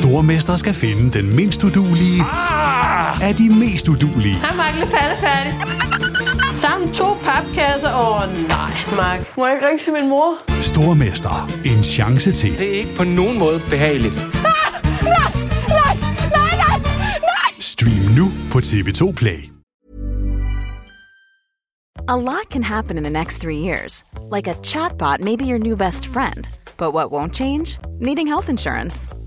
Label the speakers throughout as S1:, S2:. S1: Stormester skal finde den mindst udulige ah! af de mest udulige.
S2: Hej, Mark. Lidt færdig. Sammen to papkasser. Åh, oh, nej, Mark. Må jeg ikke ringe til min mor?
S1: Stormester. En chance til.
S3: Det er ikke på nogen måde behageligt.
S1: Stream nu på TV2 Play.
S4: A lot can happen in the next three years. Like a chatbot may be your new best friend. But what won't change? Needing health insurance.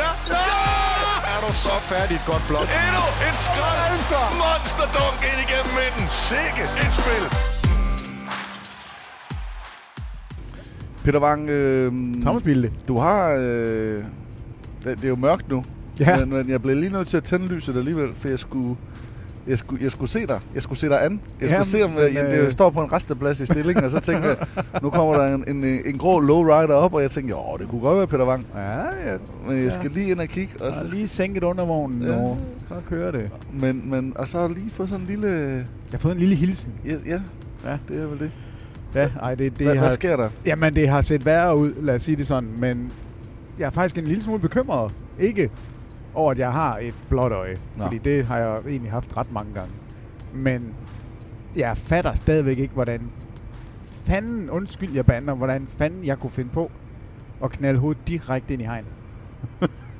S5: ja, ja.
S6: Er du så færdig et godt blok?
S5: Endnu et skræt. Altså. Monsterdunk ind igennem midten. Sikke et spil.
S6: Peter Wang, øh,
S7: Thomas Bilde.
S6: du har... Øh, det, det er jo mørkt nu,
S7: Ja.
S6: men, men jeg blev lige nødt til at tænde lyset alligevel, for jeg skulle... Jeg skulle, jeg skulle se dig. Jeg skulle se dig an. Jeg
S7: Ja,
S6: skulle se, om
S7: men,
S6: jeg, jeg,
S7: øh,
S6: jeg står på en resteplads i stillingen, og så tænkte jeg, nu kommer der en, en, en grå lowrider op, og jeg tænkte, jo, det kunne godt være Peter Wang.
S7: Ja, ja.
S6: Men jeg skal lige ind og kigge, og,
S7: Og
S6: så,
S7: lige sænket undervognen,
S6: Ja.
S7: og så kører det.
S6: men, men, og så har jeg lige fået sådan en lille...
S7: Jeg har fået en lille hilsen.
S6: Ja, ja,
S7: Ja.
S6: ja. det er vel det.
S7: Ja, ej, det, det
S6: Hvad,
S7: har,
S6: hvad sker der?
S7: Jamen, det har set værre ud, lad os sige det sådan, men jeg er faktisk en lille smule bekymret. Ikke over, at jeg har et blåt øje,
S6: Nå.
S7: fordi det har jeg egentlig haft ret mange gange. Men jeg fatter stadigvæk ikke, hvordan fanden, undskyld jeg bander, hvordan fanden jeg kunne finde på at knalde hovedet direkte ind i hegnet.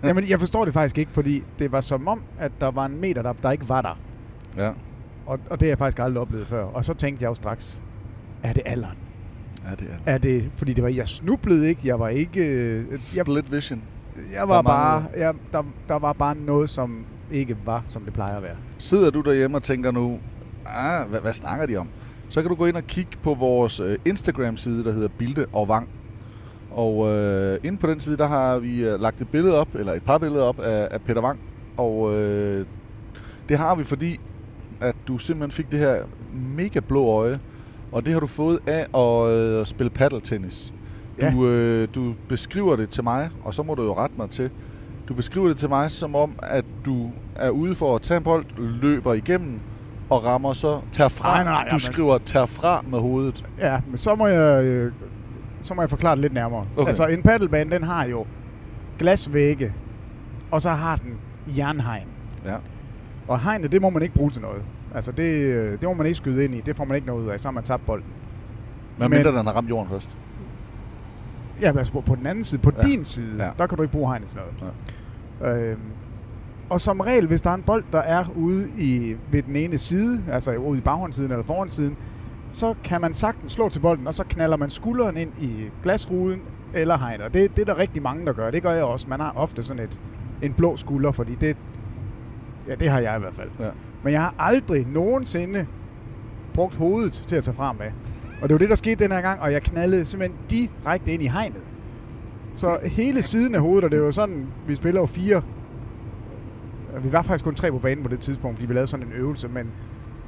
S7: Jamen, jeg forstår det faktisk ikke, fordi det var som om, at der var en meter, der, der ikke var der.
S6: Ja.
S7: Og, og det har jeg faktisk aldrig oplevet før. Og så tænkte jeg jo straks, er det alderen?
S6: Ja, det er
S7: Er det, fordi det var, jeg snublede ikke, jeg var ikke, øh, jeg,
S6: Split vision.
S7: jeg var
S6: der
S7: bare,
S6: manglede.
S7: jeg, der, der var bare noget, som ikke var, som det plejer at være.
S6: Sidder du derhjemme og tænker nu, ah, hvad, hvad snakker de om? Så kan du gå ind og kigge på vores øh, Instagram-side, der hedder Bilde og Vang. Og øh, inde på den side, der har vi øh, lagt et billede op, eller et par billeder op af, af Peter Wang. Og øh, det har vi, fordi at du simpelthen fik det her mega blå øje. Og det har du fået af at øh, spille paddeltennis.
S7: Ja.
S6: Du, øh, du beskriver det til mig, og så må du jo rette mig til. Du beskriver det til mig som om, at du er ude for at tage en bold, løber igennem og rammer så tager fra.
S7: Nej, nej,
S6: du
S7: jamen.
S6: skriver tager fra med hovedet.
S7: Ja, men så må jeg, øh, så må jeg forklare det lidt nærmere.
S6: Okay.
S7: Altså, en paddelbane, den har jo glasvægge, og så har den jernhegn.
S6: Ja.
S7: Og hegnet, det må man ikke bruge til noget. Altså, det, øh, det må man ikke skyde ind i, det får man ikke noget ud af, så har man tabt bolden.
S6: Men,
S7: Men-
S6: mindre den har ramt jorden først.
S7: Ja, men altså på- på den anden side, på ja.
S6: Ja.
S7: din side, ja.
S6: Ja.
S7: der kan du ikke bruge hegnet til noget. Ja. Øhm, og som regel, hvis der er en bold, der er ude i, ved den ene side, altså ude i baghåndssiden eller forhåndssiden, så kan man sagtens slå til bolden, og så knaller man skulderen ind i glasruden eller hegnet. Og Det, det er der rigtig mange, der gør. Det gør jeg også. Man har ofte sådan et, en blå skulder, fordi det, ja, det har jeg i hvert fald.
S6: Ja.
S7: Men jeg har aldrig nogensinde brugt hovedet til at tage frem med. Og det var det, der skete den her gang, og jeg knaldede simpelthen direkte ind i hegnet. Så hele siden af hovedet, og det var sådan, vi spiller jo fire
S8: og vi var faktisk kun tre på banen på det tidspunkt, fordi vi lavede sådan en øvelse, men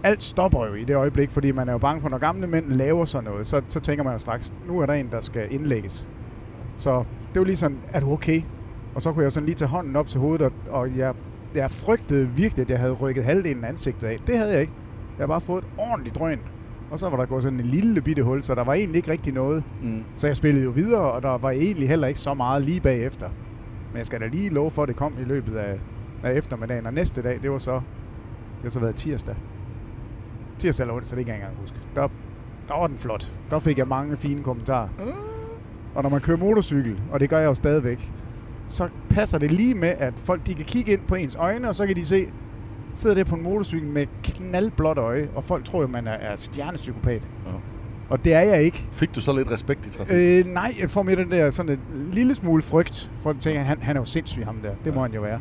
S8: alt stopper jo i det øjeblik, fordi man er jo bange for, når gamle mænd laver sådan noget, så, så tænker man jo straks, nu er der en, der skal indlægges. Så det var lige sådan, er du okay? Og så kunne jeg jo sådan lige tage hånden op til hovedet, og, og jeg, jeg frygtede virkelig, at jeg havde rykket halvdelen af ansigtet af. Det havde jeg ikke. Jeg havde bare fået et ordentligt drøn. Og så var der gået sådan en lille bitte hul, så der var egentlig ikke rigtig noget.
S6: Mm.
S8: Så jeg spillede jo videre, og der var egentlig heller ikke så meget lige bagefter. Men jeg skal da lige love for, at det kom i løbet af, af eftermiddagen. Og næste dag, det var så, det har så været tirsdag. Tirsdag eller onsdag, det kan jeg ikke engang huske. Der, der var den flot. Der fik jeg mange fine kommentarer. Og når man kører motorcykel, og det gør jeg jo stadigvæk, så passer det lige med, at folk de kan kigge ind på ens øjne, og så kan de se, sidder der på en motorcykel med knaldblåt øje, og folk tror jo, man er, er stjernepsykopat.
S6: Ja.
S8: Og det er jeg ikke.
S6: Fik du så lidt respekt i trafikken?
S8: Øh, nej, jeg får mere den der sådan en lille smule frygt. Folk tænker, han, han er jo sindssyg, ham der. Det ja. må han jo være.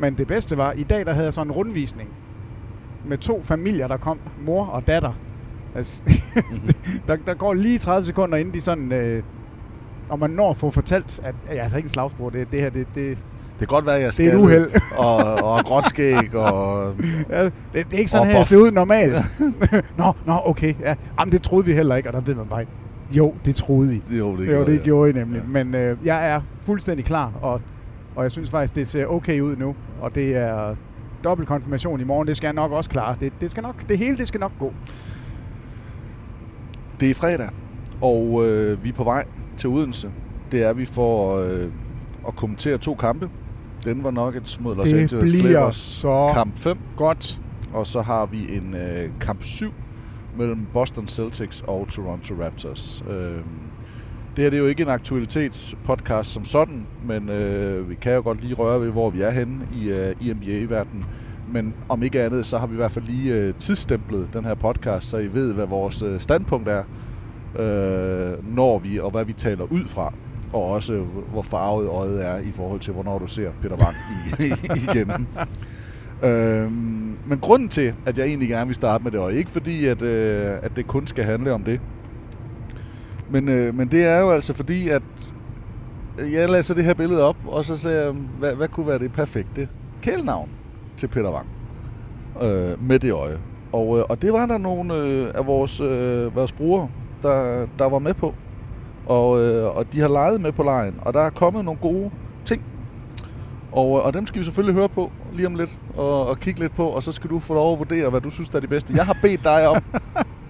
S8: Men det bedste var, i dag der havde jeg sådan en rundvisning med to familier, der kom. Mor og datter. Altså, der, der går lige 30 sekunder, inden de sådan... Øh, og man når at få fortalt, at jeg er altså ikke en slagsbror. Det, det her, det, det,
S6: Det kan godt være, at jeg
S8: Det er
S6: skal
S8: et uheld.
S6: og, og gråt skæg, og
S8: Ja, det, det er ikke sådan
S6: Og
S8: her, jeg
S6: buff.
S8: ser ud normalt. nå, nå, okay. Ja. Jamen, det troede vi heller ikke, og der ved man bare ikke. Jo, det troede I.
S6: jo, det
S8: jo,
S6: gjorde
S8: det
S6: jeg.
S8: gjorde I nemlig. Ja. Men øh, jeg er fuldstændig klar, og, og jeg synes faktisk, det ser okay ud nu. Og det er dobbelt konfirmation i morgen. Det skal jeg nok også klare. Det, det, skal nok, det hele det skal nok gå.
S6: Det er fredag, og øh, vi er på vej til Odense. Det er vi for øh, at kommentere to kampe. Den var nok et smod Los
S8: det
S6: Angeles
S8: bliver
S6: Clippers
S8: så
S6: kamp 5,
S8: godt.
S6: og så har vi en øh, kamp 7 mellem Boston Celtics og Toronto Raptors. Øh, det her det er jo ikke en aktualitetspodcast som sådan, men øh, vi kan jo godt lige røre ved, hvor vi er henne i, øh, i NBA-verdenen. Men om ikke andet, så har vi i hvert fald lige øh, tidsstemplet den her podcast, så I ved, hvad vores øh, standpunkt er, øh, når vi, og hvad vi taler ud fra. Og også, øh, hvor farvet øjet er i forhold til, hvornår du ser Peter Bang i, igen. Øhm, men grunden til, at jeg egentlig gerne vil starte med det, og ikke fordi, at, øh, at det kun skal handle om det, men, øh, men det er jo altså fordi, at øh, jeg lagde så det her billede op, og så sagde jeg, hvad, hvad kunne være det perfekte kælenavn til Peter Wang øh, med det øje. Og, øh, og det var der nogle øh, af vores, øh, vores brugere, der, der var med på. Og, øh, og de har leget med på lejen, og der er kommet nogle gode ting og, øh, og dem skal vi selvfølgelig høre på lige om lidt, og, og kigge lidt på, og så skal du få lov at vurdere, hvad du synes, der er det bedste. Jeg har bedt dig om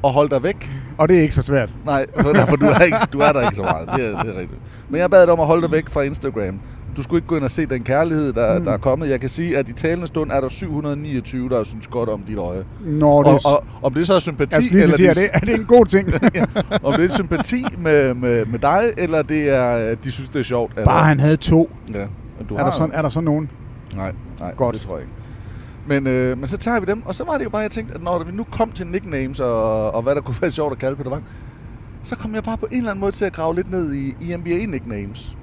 S6: at holde dig væk.
S8: Og det er ikke så svært.
S6: Nej, for derfor du er, ikke, du er der ikke så meget. Det er, det er rigtigt. Men jeg bad dig om at holde dig væk fra Instagram. Du skulle ikke gå ind og se den kærlighed, der, mm. der er kommet. Jeg kan sige, at i talende stund er der 729, der synes godt om dit øje.
S8: Nå,
S6: Og,
S8: det,
S6: og, og om det så er sympati,
S8: jeg skulle Altså, lige til at sige, er det, er det en god ting?
S6: om det er sympati med, med, med dig, eller det er, at de synes, det er sjovt. eller-
S8: Bare han havde to.
S6: Ja, og du
S8: Er der,
S6: har-
S8: sådan, er der sådan nogen?
S6: Nej, nej
S8: Godt.
S6: det tror jeg ikke. Men, øh, men så tager vi dem, og så var det jo bare, jeg tænkte, at når vi nu kom til nicknames og, og hvad der kunne være sjovt at kalde Peter Wang, så kom jeg bare på en eller anden måde til at grave lidt ned i, i NBA-nicknames.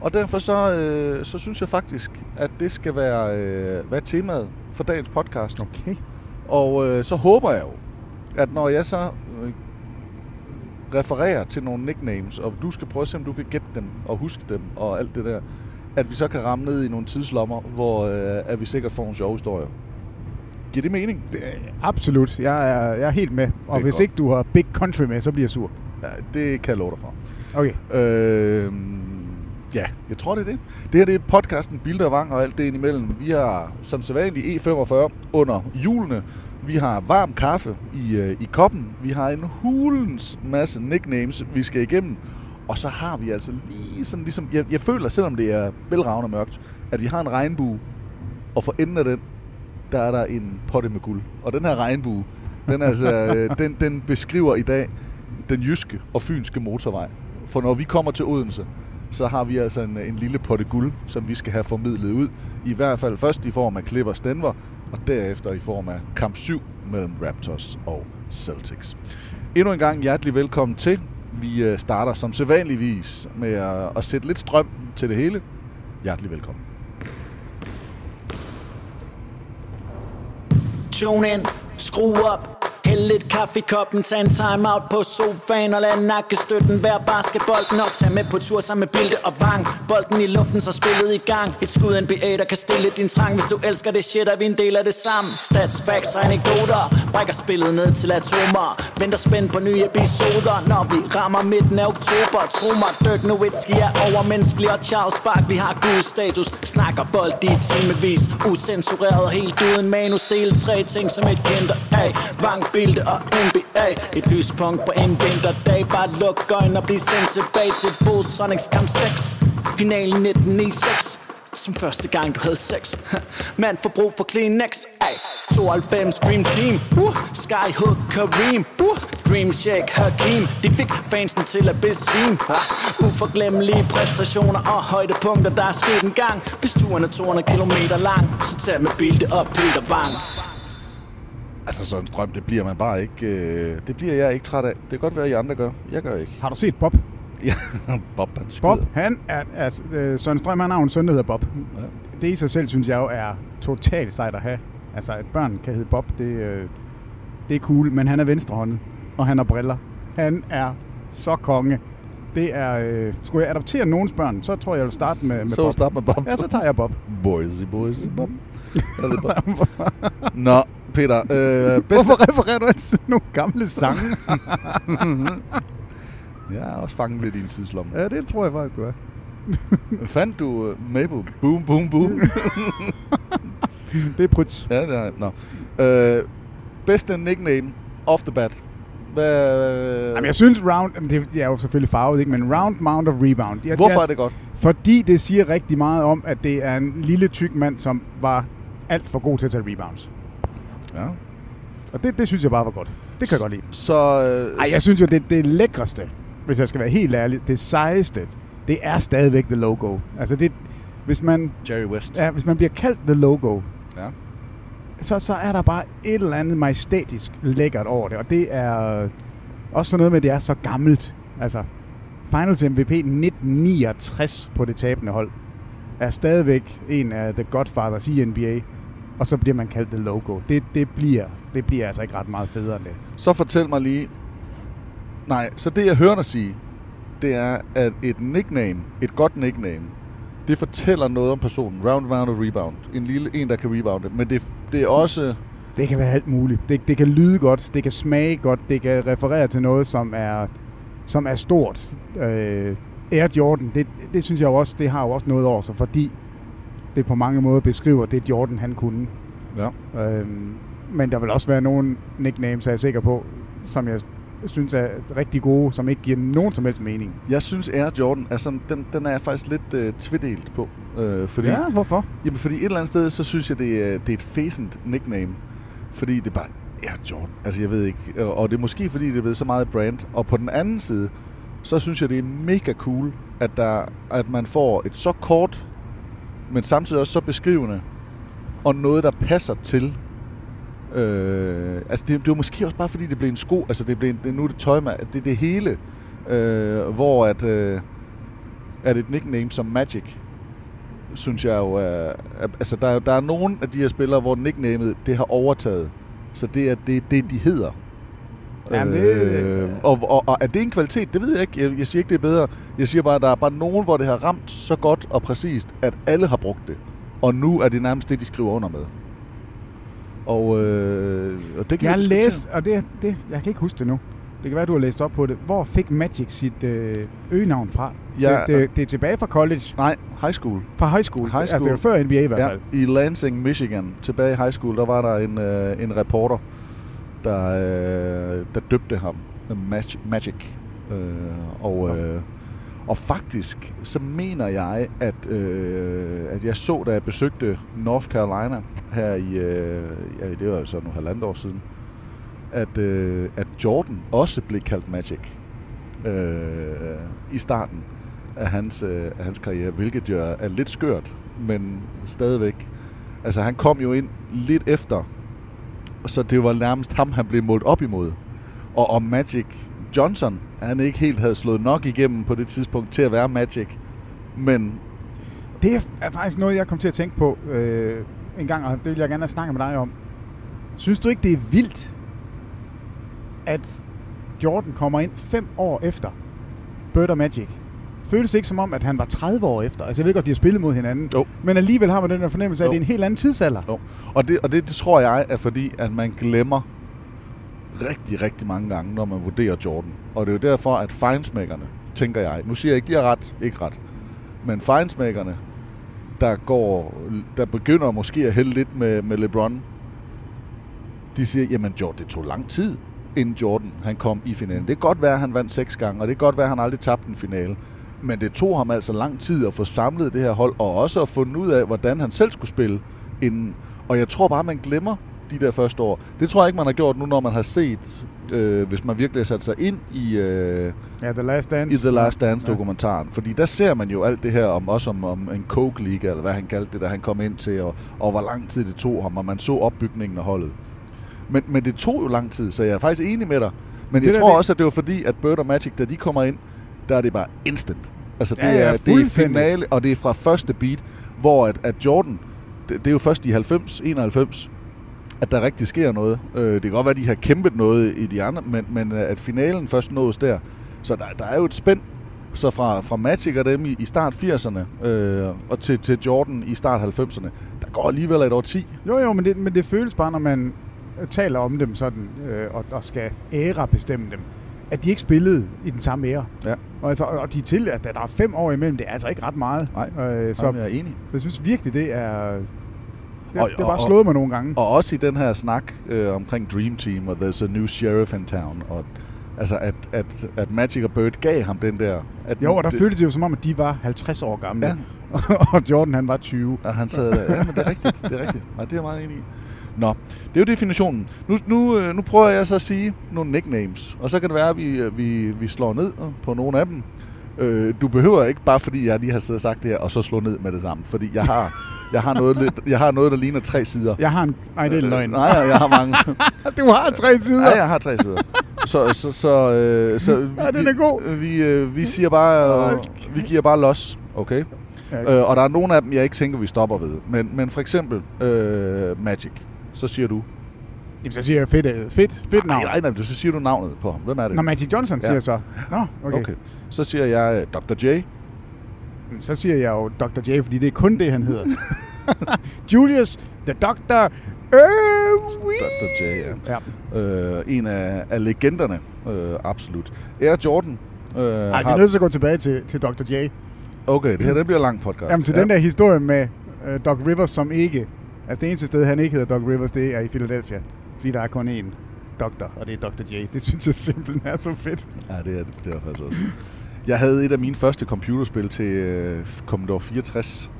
S6: Og derfor så, øh, så synes jeg faktisk, at det skal være, øh, være temaet for dagens podcast.
S8: Okay.
S6: Og øh, så håber jeg jo, at når jeg så øh, refererer til nogle nicknames, og du skal prøve at se, om du kan gætte dem og huske dem og alt det der, at vi så kan ramme ned i nogle tidslommer, hvor øh, at vi sikkert får nogle sjove historier. Giver det mening? Det,
S8: Absolut. Jeg er, jeg er helt med. Og
S6: er
S8: hvis
S6: godt.
S8: ikke du har Big Country med, så bliver jeg sur.
S6: ja, det kan jeg love dig for.
S8: Okay.
S6: Øh, ja, jeg tror, det er det. Det her det er podcasten Bilder og Vang og alt det indimellem. Vi har som sædvanligt E45 under julene. Vi har varm kaffe i, øh, i koppen. Vi har en hulens masse nicknames, vi skal igennem. Og så har vi altså lige sådan ligesom... Jeg, jeg føler, selvom det er bælragende mørkt, at vi har en regnbue, og for enden af den, der er der en potte med guld. Og den her regnbue, den, er altså, øh, den, den beskriver i dag den jyske og fynske motorvej. For når vi kommer til Odense, så har vi altså en, en lille potte guld, som vi skal have formidlet ud. I hvert fald først i form af Clippers Denver, og derefter i form af kamp 7 mellem Raptors og Celtics. Endnu en gang hjertelig velkommen til. Vi øh, starter som sædvanligvis med at, at sætte lidt strøm til det hele. Hjertelig velkommen.
S9: Tune in, screw up, hælder
S8: Hæld lidt kaffe i koppen, tag en time out på sofaen og lad nakkestøtten være basketbolden op. Tag med på tur sammen med Bilde og Vang. Bolden i luften, så spillet i gang. Et skud NBA, der kan stille din trang. Hvis du elsker det shit, er vi en del af det sammen. Stats, facts og anekdoter. Brækker spillet ned til atomer. Venter spændt på nye episoder, når vi rammer midten af oktober. Tro mig, Dirk Nowitzki er overmenneskelig og Charles Barkley har god status. Snakker bold i timevis, usensureret og helt uden manus. Del tre ting som et kinder af. Vang, Bilde og NBA. Et lyspunkt på en vinterdag. Bare luk øjnene og bliv sendt tilbage til Bolsonics kamp 6. Finalen 1996 som første gang du havde sex Man får brug for Kleenex Ay. 92 Dream Team uh. Skyhook Kareem uh. Dream Shake Hakim De fik fansen til at besvime ah. Uforglemmelige præstationer og højdepunkter Der er sket en gang Hvis turen er 200 km lang Så tag med Bilde og Peter Wang
S6: Altså sådan en strøm, det bliver man bare ikke... Øh, det bliver jeg ikke træt af. Det kan godt være, at I andre gør. Jeg gør ikke.
S7: Har du set Bob?
S6: Ja, Bob han skyder.
S7: Bob, han er... Altså, øh, Søren Strøm, han har jo en søn, der hedder Bob. Ja. Det i sig selv, synes jeg jo, er totalt sejt at have. Altså, at børn kan hedde Bob, det, øh, det er cool. Men han er venstrehåndet, og han har briller. Han er så konge. Det er... Øh, skulle jeg adoptere nogens børn, så tror jeg, jeg vil starte med, med
S6: Så
S7: Bob.
S6: start med Bob.
S7: Ja, så tager jeg Bob.
S6: Boise, boise, Bob. Jeg ved Bob. Nå, Peter. Øh, bedste...
S7: Hvorfor refererer du altid til nogle gamle sange?
S6: Jeg er også fanget lidt i en tidslomme.
S7: ja, det tror jeg faktisk, du er.
S6: Fandt du uh, Maple? Boom, boom, boom.
S7: det er Prytz.
S6: Ja, det er no. øh, Bedste nickname off the bat. Hvad,
S7: Jamen, jeg synes round, jamen, det det er jo selvfølgelig farvet, ikke? men round, mount og rebound. Jeg,
S6: Hvorfor
S7: jeg-
S6: er det godt?
S7: Fordi det siger rigtig meget om, at det er en lille tyk mand, som var alt for god til at tage rebounds.
S6: Ja.
S7: Og det, det synes jeg bare var godt. Det kan jeg godt lide.
S6: Så... øh,
S7: Ej, jeg synes jo, det, det lækreste, hvis jeg skal være helt ærlig, det sejeste, det er stadigvæk The Logo. Altså det, hvis man,
S6: Jerry West.
S7: ja, hvis man bliver kaldt The Logo,
S6: Ja.
S7: så, så er der bare et eller andet majestætisk lækkert over det. Og det er øh, også sådan noget med, at det er så gammelt. Altså, Finals MVP 1969 på det tabende hold er stadigvæk en af The Godfathers i NBA. Og så bliver man kaldt The Logo. Det, det, bliver, det bliver altså ikke ret meget federe end det.
S6: Så fortæl mig lige... Nej, så det jeg hører dig sige, det er, at et nickname, et godt nickname, det fortæller noget om personen. Round, round og rebound. En lille en, der kan rebounde. Men det, det er også...
S7: Det kan være alt muligt. Det, det kan lyde godt, det kan smage godt, det kan referere til noget, som er, som er stort. Øh, Air Jordan, det, det synes jeg jo også, det har jo også noget over sig, fordi det på mange måder beskriver det, Jordan han kunne.
S6: Ja.
S7: Øhm, men der vil også være nogle nicknames, er jeg sikker på, som jeg synes er rigtig gode, som ikke giver nogen som helst mening.
S6: Jeg synes, Air Jordan, er sådan, den, den er jeg faktisk lidt øh, tvedelt på. Øh, fordi,
S7: Ja, hvorfor?
S6: Jamen, fordi et eller andet sted, så synes jeg, det er, det er et fæsent nickname. Fordi det er bare Air Jordan. Altså, jeg ved ikke. Og og det er måske, fordi det er blevet så meget brand. Og på den anden side, så synes jeg, det er mega cool, at, der, at man får et så kort, men samtidig også så beskrivende, og noget, der passer til. Øh, altså, det, det var måske også bare, fordi det blev en sko. Altså, det blev en, det, nu er det tøj, man, det er det hele. Øh, hvor at, øh, at et nickname som Magic synes jeg jo, er, er- altså der, er- der er nogen af de her spillere, hvor nicknamet, det har overtaget. Så det er det, det de hedder. Øh,
S7: Jamen, det-
S6: og, og, og er det en kvalitet? Det ved jeg ikke. Jeg, jeg siger ikke, det er bedre. Jeg siger bare, at der er bare nogen, hvor det har ramt så godt og præcist, at alle har brugt det. Og nu er det nærmest det, de skriver under med. Og, øh, og det kan
S7: Jeg
S6: vi diskutere.
S7: læste, og det, det, jeg kan ikke huske det nu. Det kan være, du har læst op på det. Hvor fik Magic sit øh, øgenavn fra?
S6: Ja.
S7: det, det, det er tilbage fra college.
S6: Nej, high school.
S7: Fra high school.
S6: High
S7: Altså, det
S6: school.
S7: var før NBA i hvert
S6: Ja,
S7: fald.
S6: i Lansing, Michigan, tilbage i high school, der var der en, øh, en reporter, der, øh, der døbte ham Magic. Magic. Øh, og, øh, og faktisk, så mener jeg, at, øh, at jeg så, da jeg besøgte North Carolina her i, øh, ja, det var jo så nu halvandet år siden, at, øh, at Jordan også blev kaldt Magic øh, i starten af hans, øh, af hans karriere, hvilket jo er er lidt skørt, men stadigvæk. Altså, han kom jo ind lidt efter, så det var nærmest ham, han blev målt op imod. Og om Magic Johnson, han ikke helt havde slået nok igennem på det tidspunkt til at være Magic, men
S7: Det er- er faktisk noget, jeg kom til at tænke på øh, en gang, og det vil jeg gerne have snakket med dig om. Synes du ikke, det er vildt, at Jordan kommer ind fem år efter Bird og Magic. Føles det ikke som om, at han var 30 år efter? Altså jeg ved godt, de har spillet mod hinanden. Jo. Men alligevel har man den der fornemmelse af, at det er en helt anden tidsalder.
S6: Jo. Og, det, og det, det tror jeg er fordi, at man glemmer rigtig, rigtig mange gange, når man vurderer Jordan. Og det er jo derfor, at fejnsmækkerne, tænker jeg, nu siger jeg ikke, de har ret, ikke ret, men fejnsmækkerne, der, går, der begynder måske at hælde lidt med, med LeBron, de siger, jamen Jordan, det tog lang tid, inden Jordan han kom i finalen. Det kan godt være, at han vandt seks gange, og det kan godt være, at han aldrig tabte en finale. Men det tog ham altså lang tid at få samlet det her hold, og også at finde ud af, hvordan han selv skulle spille inden. Og jeg tror bare, man glemmer de der første år. Det tror jeg ikke, man har gjort nu, når man har set, øh, hvis man virkelig har sat sig ind i, øh,
S7: ja, The Last Dance.
S6: i The Last Dance-dokumentaren. Ja. Fordi der ser man jo alt det her om, også om, om en coke liga eller hvad han kaldte det, der han kom ind til, og, og hvor lang tid det tog ham, og man så opbygningen af holdet. Men, men det tog jo lang tid, så jeg er faktisk enig med dig. Men det
S7: Det
S6: jeg
S7: der,
S6: tror
S7: det-
S6: også, at det var fordi, at Bird og Magic, da de kommer ind, der er det bare instant. Altså, det,
S7: Ja,
S6: ja,
S7: ja,
S6: ja, er, det er
S7: fuldstændig.
S6: finale, og det er fra første beat, hvor at, at Jordan, det, det er jo først i 90, 91, at der rigtig sker noget. Øh, det kan godt være, at de har kæmpet noget i de andre, men, men øh, at finalen først nås der. Så der, der er jo et spænd så fra, fra Magic og dem i, i start 80'erne øh, og til, til Jordan i start 90'erne. Der går alligevel et år 10.
S7: Jo, jo, men det, men det føles bare, når man øh, taler om dem sådan, øh, og, og skal æra bestemme dem, at de ikke spillede i den samme æra.
S6: Ja.
S7: Og, altså, og de til, at der er fem år imellem, det er altså ikke ret meget.
S6: Nej,
S7: øh, så,
S6: jeg er enig.
S7: Så jeg synes virkelig, det er... Det,
S6: Og-
S7: og, det er
S6: og-
S7: bare
S6: og-
S7: slået mig nogle gange.
S6: Og også i den her snak øh, omkring Dream Team, og there's a new sheriff in town, og altså at, at, at Magic og Bird gav ham den der... At
S7: Jo, og der
S6: det-
S7: føltes det jo som om, at de var 50 år gamle.
S6: Ja.
S7: og Jordan, han var 20.
S6: Og han sad der, ja, men det er rigtigt, det er rigtigt. Nej, det er jeg meget enig i. Nå, det er jo definitionen. Nu, nu, øh, nu prøver jeg så at sige nogle nicknames, og så kan det være, at vi, øh, vi, vi slår ned på nogle af dem. Øh, du behøver ikke, bare fordi jeg lige har siddet og sagt det her, og så slå ned med det samme, fordi jeg har, jeg har, noget, lidt, jeg har noget, der ligner tre sider.
S7: Jeg har en... Nej, det er en løgn.
S6: Øh, Nej, jeg har mange.
S7: du har tre sider.
S6: Ja, jeg har tre sider. Så, så, så, øh, så vi,
S7: Ja, den er god.
S6: Vi, øh, vi siger bare, øh, vi giver bare los, okay?
S7: Ja.
S6: Øh, og der er nogle af dem, jeg ikke tænker, vi stopper ved. Men, men for eksempel øh, Magic, så siger du...
S7: Jamen, så siger jeg fedt, øh, fedt, fedt navn.
S6: Nej, nej, nej, så siger du navnet på ham. Hvem er det?
S7: Nå, Magic Johnson siger så. Nå, okay.
S6: okay. Så siger jeg øh, Dr. J.
S7: Jamen, Så siger jeg jo Dr. J, fordi det er kun det, han hedder. Julius, the doctor, Irwin.
S6: Dr. J, ja. ja. Øh, en af, af legenderne, øh, absolut. Air Jordan. Øh,
S7: Ej, vi er nødt til at gå tilbage til, til Dr. J.
S6: Okay, det her det bliver en lang podcast.
S7: Jamen, til ja. den der historie med uh, Doc Rivers, som ikke... Altså, det eneste sted, han ikke hedder Doc Rivers, det er i Philadelphia. Fordi der er kun én doktor, og det er Dr. J. Det synes jeg simpelthen er så fedt.
S6: Ja, det er det, det er faktisk også. Jeg havde et af mine første computerspil til øh, Commodore 64,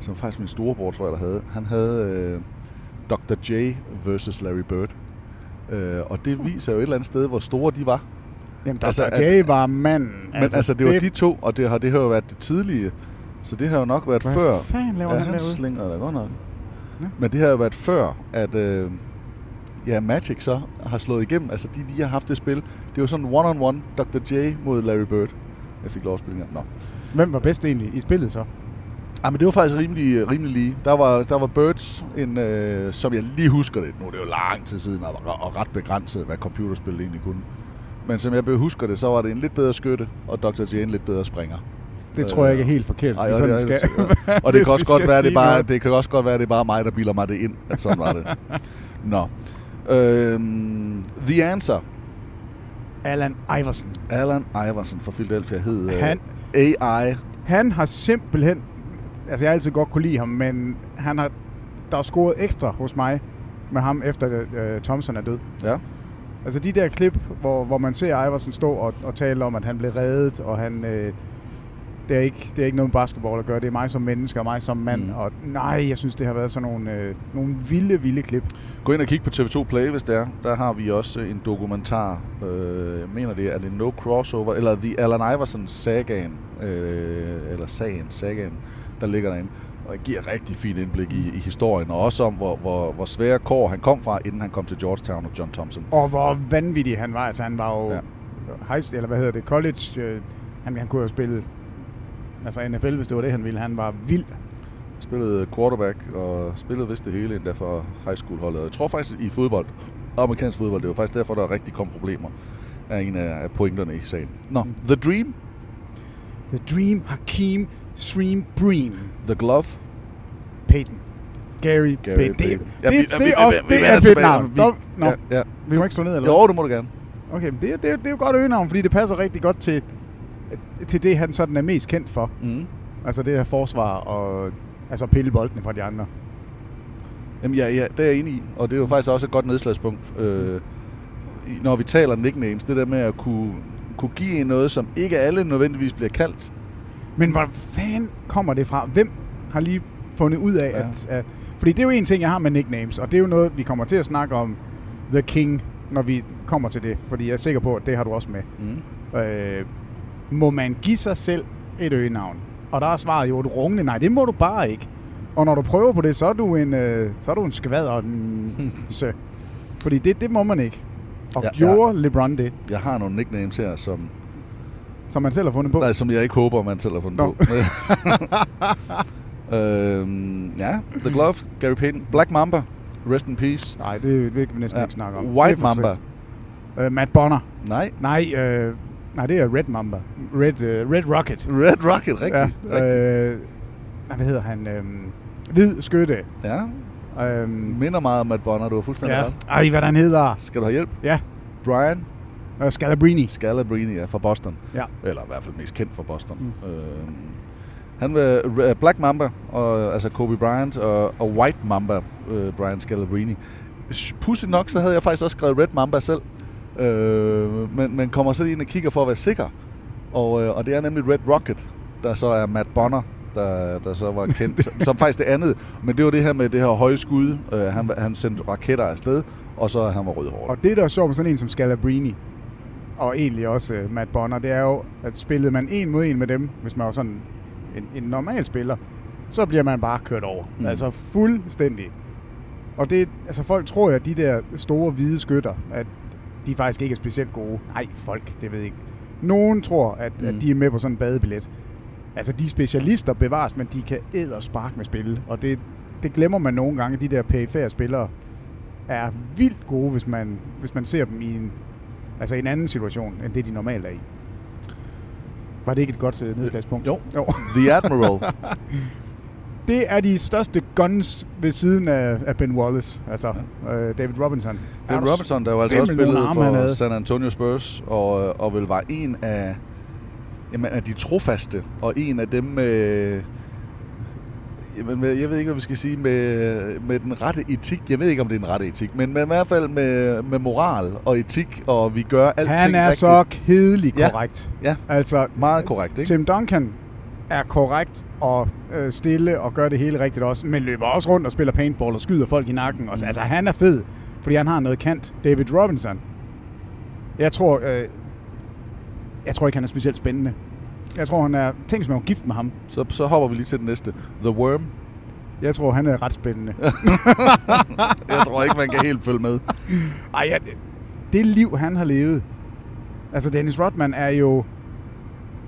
S6: som faktisk min storebror, tror jeg, der havde. Han havde øh, Dr. J versus Larry Bird. Øh, og det viser jo et eller andet sted, hvor store de var.
S7: Jamen, Dr.
S6: Altså,
S7: Altså,
S6: at-
S7: J var manden.
S6: Men altså, altså det var de to, og det har, det har jo været det tidlige. Så det har jo nok været
S7: Hvad
S6: før.
S7: fanden laver
S6: ja,
S7: han
S6: han
S7: derude?
S6: slinger da godt nok.
S7: Ja.
S6: Men det har jo været før, at øh, ja, Magic så har slået igennem. Altså, de, de har haft det spil. Det var sådan one-on-one Dr. J mod Larry Bird. Jeg fik lov at spille den her. Nå.
S7: Hvem var bedst egentlig i spillet så?
S6: Ah, men det var faktisk rimelig, rimelig lige. Der var, der var Birds, en, øh, som jeg lige husker det. Nu er det jo lang tid siden, og, og ret begrænset, hvad computerspil egentlig kunne. Men som jeg husker det, så var det en lidt bedre skytte, og Dr. J en lidt bedre springer. Øh,
S7: Det tror jeg ikke er helt forkert,
S6: Ej,
S7: hvis
S6: og,
S7: Ligesom sådan
S6: det,
S7: skal-
S6: skal. og det
S7: hvis
S6: kan
S7: vi
S6: også godt
S7: skal
S6: være, det,
S7: sige
S6: bare,
S7: noget.
S6: det kan også godt være, det er bare mig, der bilder mig det ind, at sådan var det. Nå. Øhm, The Answer.
S7: Allan Iversen.
S6: Allan Iversen fra Philadelphia hed øh,
S7: Han-
S6: AI.
S7: Han har simpelthen... Altså, jeg har altid godt kunne lide ham, men han har, der er scoret ekstra hos mig med ham, efter øh, Thompson er død.
S6: Ja.
S7: Altså, de der klip, hvor, hvor man ser Iversen stå og, og tale om, at han blev reddet, og han... Øh, det er, ikke, det er ikke noget med basketball at gøre. Det er mig som menneske og mig som mand. Mm. Og nej, jeg synes, det har været sådan nogle, øh, nogle vilde, vilde klip.
S6: Gå ind og kig på TV2 Play, hvis det er. Der har vi også øh, en dokumentar. Øh, jeg mener det, er det No Crossover, eller The Allen Iversen Sagaen, øh, eller Sagen, Sagaen, der ligger derinde. Og det giver rigtig fint indblik i, i historien, og også om, hvor, hvor, hvor svære kår han kom fra, inden han kom til Georgetown og John Thompson.
S7: Og hvor vanvittig han var. Altså, han var jo
S6: Ja.
S7: ja. high, eller hvad hedder det, college. Øh, han, han kunne jo spille altså NFL, hvis det var det, han ville. Han var vild.
S6: Spillede quarterback og spillede vist det hele endda for high school holdet. Jeg tror faktisk i fodbold. amerikansk fodbold. Det var faktisk derfor, der rigtig kom problemer, er en af pointerne i sagen. Nå, The Dream.
S7: The Dream, Hakim, Stream, Bream.
S6: The Glove.
S7: Peyton. Gary,
S6: Gary
S7: Peyton.
S6: Peyton.
S7: Det,
S6: Ja,
S7: det,
S6: vi-
S7: det,
S6: vi-
S7: er også
S6: vi- vi
S7: det
S6: vender
S7: er et fedt
S6: tilbage om
S7: navn.
S6: det.
S7: Nå, nå.
S6: Ja, ja.
S7: Vi må ikke slå ned, eller
S6: Jo, det må du gerne.
S7: Okay, men det, er- det, er- det er jo godt øgenavn, fordi det passer rigtig godt til, til det, han sådan er mest kendt for.
S6: Mm.
S7: Altså det her forsvar og altså pille boldene fra de andre.
S6: Jamen, ja, ja, det er jeg enig i, og det er jo faktisk også et godt nedslagspunkt, øh, i- når vi taler nicknames. Det der med at kunne, kunne give en noget, som ikke alle nødvendigvis bliver kaldt.
S7: Men hvor fanden kommer det fra? Hvem har lige fundet ud af, ja. at, at... Fordi det er jo en ting, jeg har med nicknames, og det er jo noget, vi kommer til at snakke om The King, når vi kommer til det. Fordi jeg er sikker på, at det har du også med. Mm. Øh, må man give sig selv et øgenavn? Og der er svaret jo et rungende nej, det må du bare ikke. Og når du prøver på det, så er du en, øh, så er du en skvad og en sø. Fordi det, det må man ikke. Og ja,
S6: Ja,
S7: gjorde ja. LeBron det?
S6: Jeg har nogle nicknames her, som...
S7: Som man selv har fundet på?
S6: Nej, som jeg ikke håber, man selv har fundet
S7: Nå.
S6: Nå. på. øhm, ja, The Glove, Gary Payton, Black Mamba, Rest in Peace.
S7: Nej, det, det kan vi næsten ikke snakke om. Det er
S6: White
S7: for
S6: Mamba.
S7: trist. Uh, Matt Bonner.
S6: Nej.
S7: Nej, øh, nej, det er Red Mamba. Red, øh, Red Rocket.
S6: Red Rocket, rigtigt,
S7: Ja, øh, nej, hvad hedder han? Øh, hvid Skytte.
S6: Ja.
S7: Øhm,
S6: Minder meget om Matt Bonner, du har fuldstændig
S7: Ja.
S6: ret.
S7: Ej, hvad den hedder.
S6: Skal du have hjælp?
S7: Ja.
S6: Brian?
S7: Uh, Scalabrini.
S6: Scalabrini, ja, fra Boston.
S7: Ja.
S6: Eller i hvert fald mest kendt fra Boston. Mm. Øh, han var øh, Black Mamba, og, altså Kobe Bryant, og, og White Mamba, øh, Brian Scalabrini. Sh- Pudsigt nok, så havde jeg faktisk også skrevet Red Mamba selv. Øh, men man kommer så ind og kigger for at være sikker. Og, øh, og det er nemlig Red Rocket, der så er Matt Bonner, der, der så var kendt som, som faktisk det andet. Men det var det her med det her høje skud. Øh, han, han sendte raketter afsted, og så han var rødhåret.
S7: Og det, der er sjovt med sådan en som Scalabrini, og egentlig også øh, Matt Bonner, det er jo, at spillede man en mod en med dem, hvis man var sådan en, en normal spiller, så bliver man bare kørt over. Mm.
S6: Mm.
S7: Altså fuldstændig. Og det, altså folk tror jo, at de der store hvide skytter, at de faktisk ikke er specielt gode. Nej, folk, det ved jeg ikke. Nogen tror, at, mm. at
S6: Mm.
S7: de er med på sådan en badebillet. Altså, de er specialister bevares, men de kan æderspark med spil. Og det, det glemmer man nogle gange. De der perifære spillere er vildt gode, hvis man, hvis man ser dem i en, altså i en anden situation, end det de normalt er i. Var det ikke et godt øh, nedslagspunkt? Jo. jo.
S6: The Admiral.
S7: det er de største guns ved siden af, af Ben Wallace, altså øh, David Robinson. Er
S6: David
S7: du
S6: Robinson, der jo altså
S7: fandme
S6: også spillede
S7: nogle arme, han
S6: for
S7: havde.
S6: San Antonio Spurs, og, og vel var en af, jamen, af de trofaste, og en af dem med, jamen, med, jeg ved ikke, hvad vi skal sige, med, med den rette etik. Jeg ved ikke, om det er en rette etik, men med, i hvert fald med, med moral og etik, og vi gør alting
S7: Han er
S6: rigtigt.
S7: så kedelig
S6: Ja.
S7: korrekt.
S6: Ja,
S7: altså,
S6: meget korrekt, ikke?
S7: Tim Duncan er korrekt og øh, stille og gør det hele rigtigt også, men løber også rundt og spiller paintball og skyder folk i nakken. Også. Altså, han er fed, fordi han har noget kant. David Robinson, jeg tror, øh, jeg tror ikke, han er specielt spændende. Jeg tror, han er... Tænk, hvis man var gift med ham.
S6: Så, så hopper vi lige til den næste. The Worm.
S7: Jeg tror, han er ret spændende.
S6: Jeg tror ikke, man kan helt følge med.
S7: Ej, jeg, det liv, han har levet. Altså, Dennis Rodman er jo...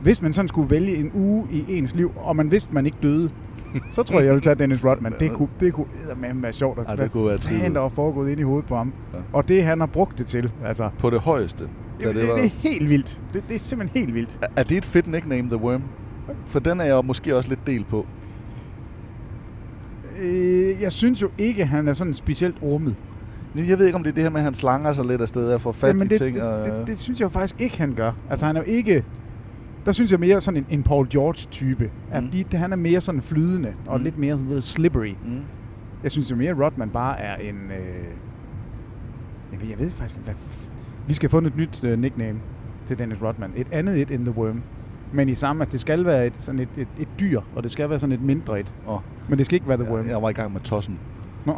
S7: Hvis man sådan skulle vælge en uge i ens liv, og man vidste, man ikke døde, så tror jeg, jeg ville tage Dennis Rodman. Det kunne, det kunne eddermame være sjovt. At,
S6: Ej, det kunne være
S7: hvad fanden
S6: trivet.
S7: der var foregået ind i hovedet på ham. Ja. Og det, han har brugt det til. Altså,
S6: På det højeste. da
S7: det, det,
S6: var-
S7: det, er helt vildt. Det, det er simpelthen helt vildt.
S6: Er- Er det et fedt nickname, The Worm? For den er jeg måske også lidt del på.
S7: Øh, jeg synes jo ikke, han er sådan specielt ormet.
S6: Jamen, Jeg ved ikke, om det er det her med, at han slanger sig lidt afsted og får fat
S7: Jamen,
S6: i
S7: det,
S6: ting.
S7: det,
S6: og...
S7: det, det synes jeg jo faktisk ikke, han gør. Altså, han er jo ikke... Der synes jeg mere sådan en, en Paul George-type. At de, det- han er mere sådan flydende, og
S6: Mm.
S7: lidt mere sådan lidt slippery.
S6: Mm.
S7: Jeg synes jo mere, at Rodman bare er en... Øh, jeg, ved, jeg ved faktisk ikke, hvad... f- Vi skal have fundet et nyt øh, nickname til Dennis Rodman. Et andet et end The Worm. Men i samme, at det skal være et, sådan et, et, et dyr, og det skal være sådan et mindre et.
S6: Åh.
S7: Men det skal ikke være The Worm.
S6: Jeg var i gang med tossen.
S7: Nå.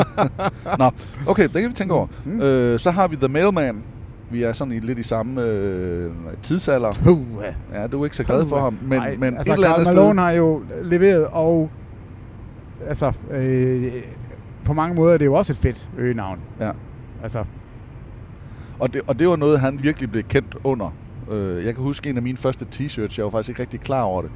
S6: Nå, okay, det kan vi tænke over. Mm. Øh, så har vi The Mailman. Vi er sådan i, lidt i samme øh, tidsalder.
S7: Puha.
S6: Ja, du er ikke så glad for ham. Men,
S7: Nej,
S6: men
S7: altså,
S6: et eller andet
S7: Karl Malone
S6: sted...
S7: har jo leveret, og altså, øh, på mange måder er det jo også et fedt øgenavn.
S6: Ja.
S7: Altså,
S6: Og det, og det var noget, han virkelig blev kendt under. Øh, jeg kan huske en af mine første t-shirts. Jeg var faktisk ikke rigtig klar over det.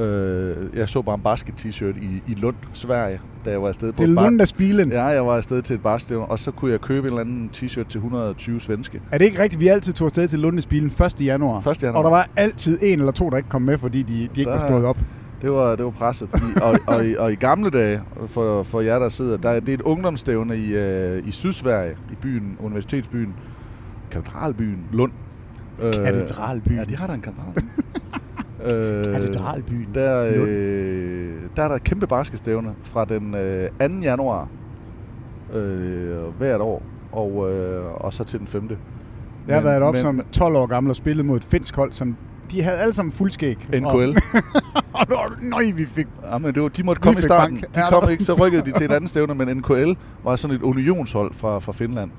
S6: Øh, jeg så bare en basket-t-shirt i, i Lund, Sverige, da jeg var afsted på
S7: Det er
S6: et bar-
S7: Lund, der spilen.
S6: Ja, jeg var afsted til et basket, og så kunne jeg købe en eller anden t-shirt til 120 svenske.
S7: Er det ikke rigtigt, vi altid tog afsted til Lundespilen 1. januar?
S6: 1. januar.
S7: Og der var altid en eller to, der ikke kom med, fordi de, de ikke var
S6: Der-
S7: stået op.
S6: Det var, det var presset. I, og, og, i, og i gamle dage, for, for jer der sidder, der, er- det er et ungdomsstævne i, øh, i Sydsverige, i byen, universitetsbyen, katedralbyen Lund. Øh,
S7: Katedralbyen.
S6: Ja, de har da en katedral. øh,
S7: Katedralbyen
S6: Der,
S7: Lund.
S6: øh, der er der et kæmpe basketstævne fra den øh, 2. januar øh, hvert år, og, øh, og så til den 5.
S7: Jeg har
S6: Men-
S7: været op
S6: men-
S7: som 12 år gammel og spillet mod et finsk hold, som de havde alle sammen fuldskæg.
S6: NKL.
S7: Og, og nøj, vi fik...
S6: Ja, men det var, de måtte
S7: Vi
S6: komme i
S7: fik
S6: starten.
S7: bank.
S6: De
S7: Ja,
S6: kom
S7: der-
S6: ikke, så rykkede de til et andet stævne, men NKL var sådan et unionshold fra, fra Finland.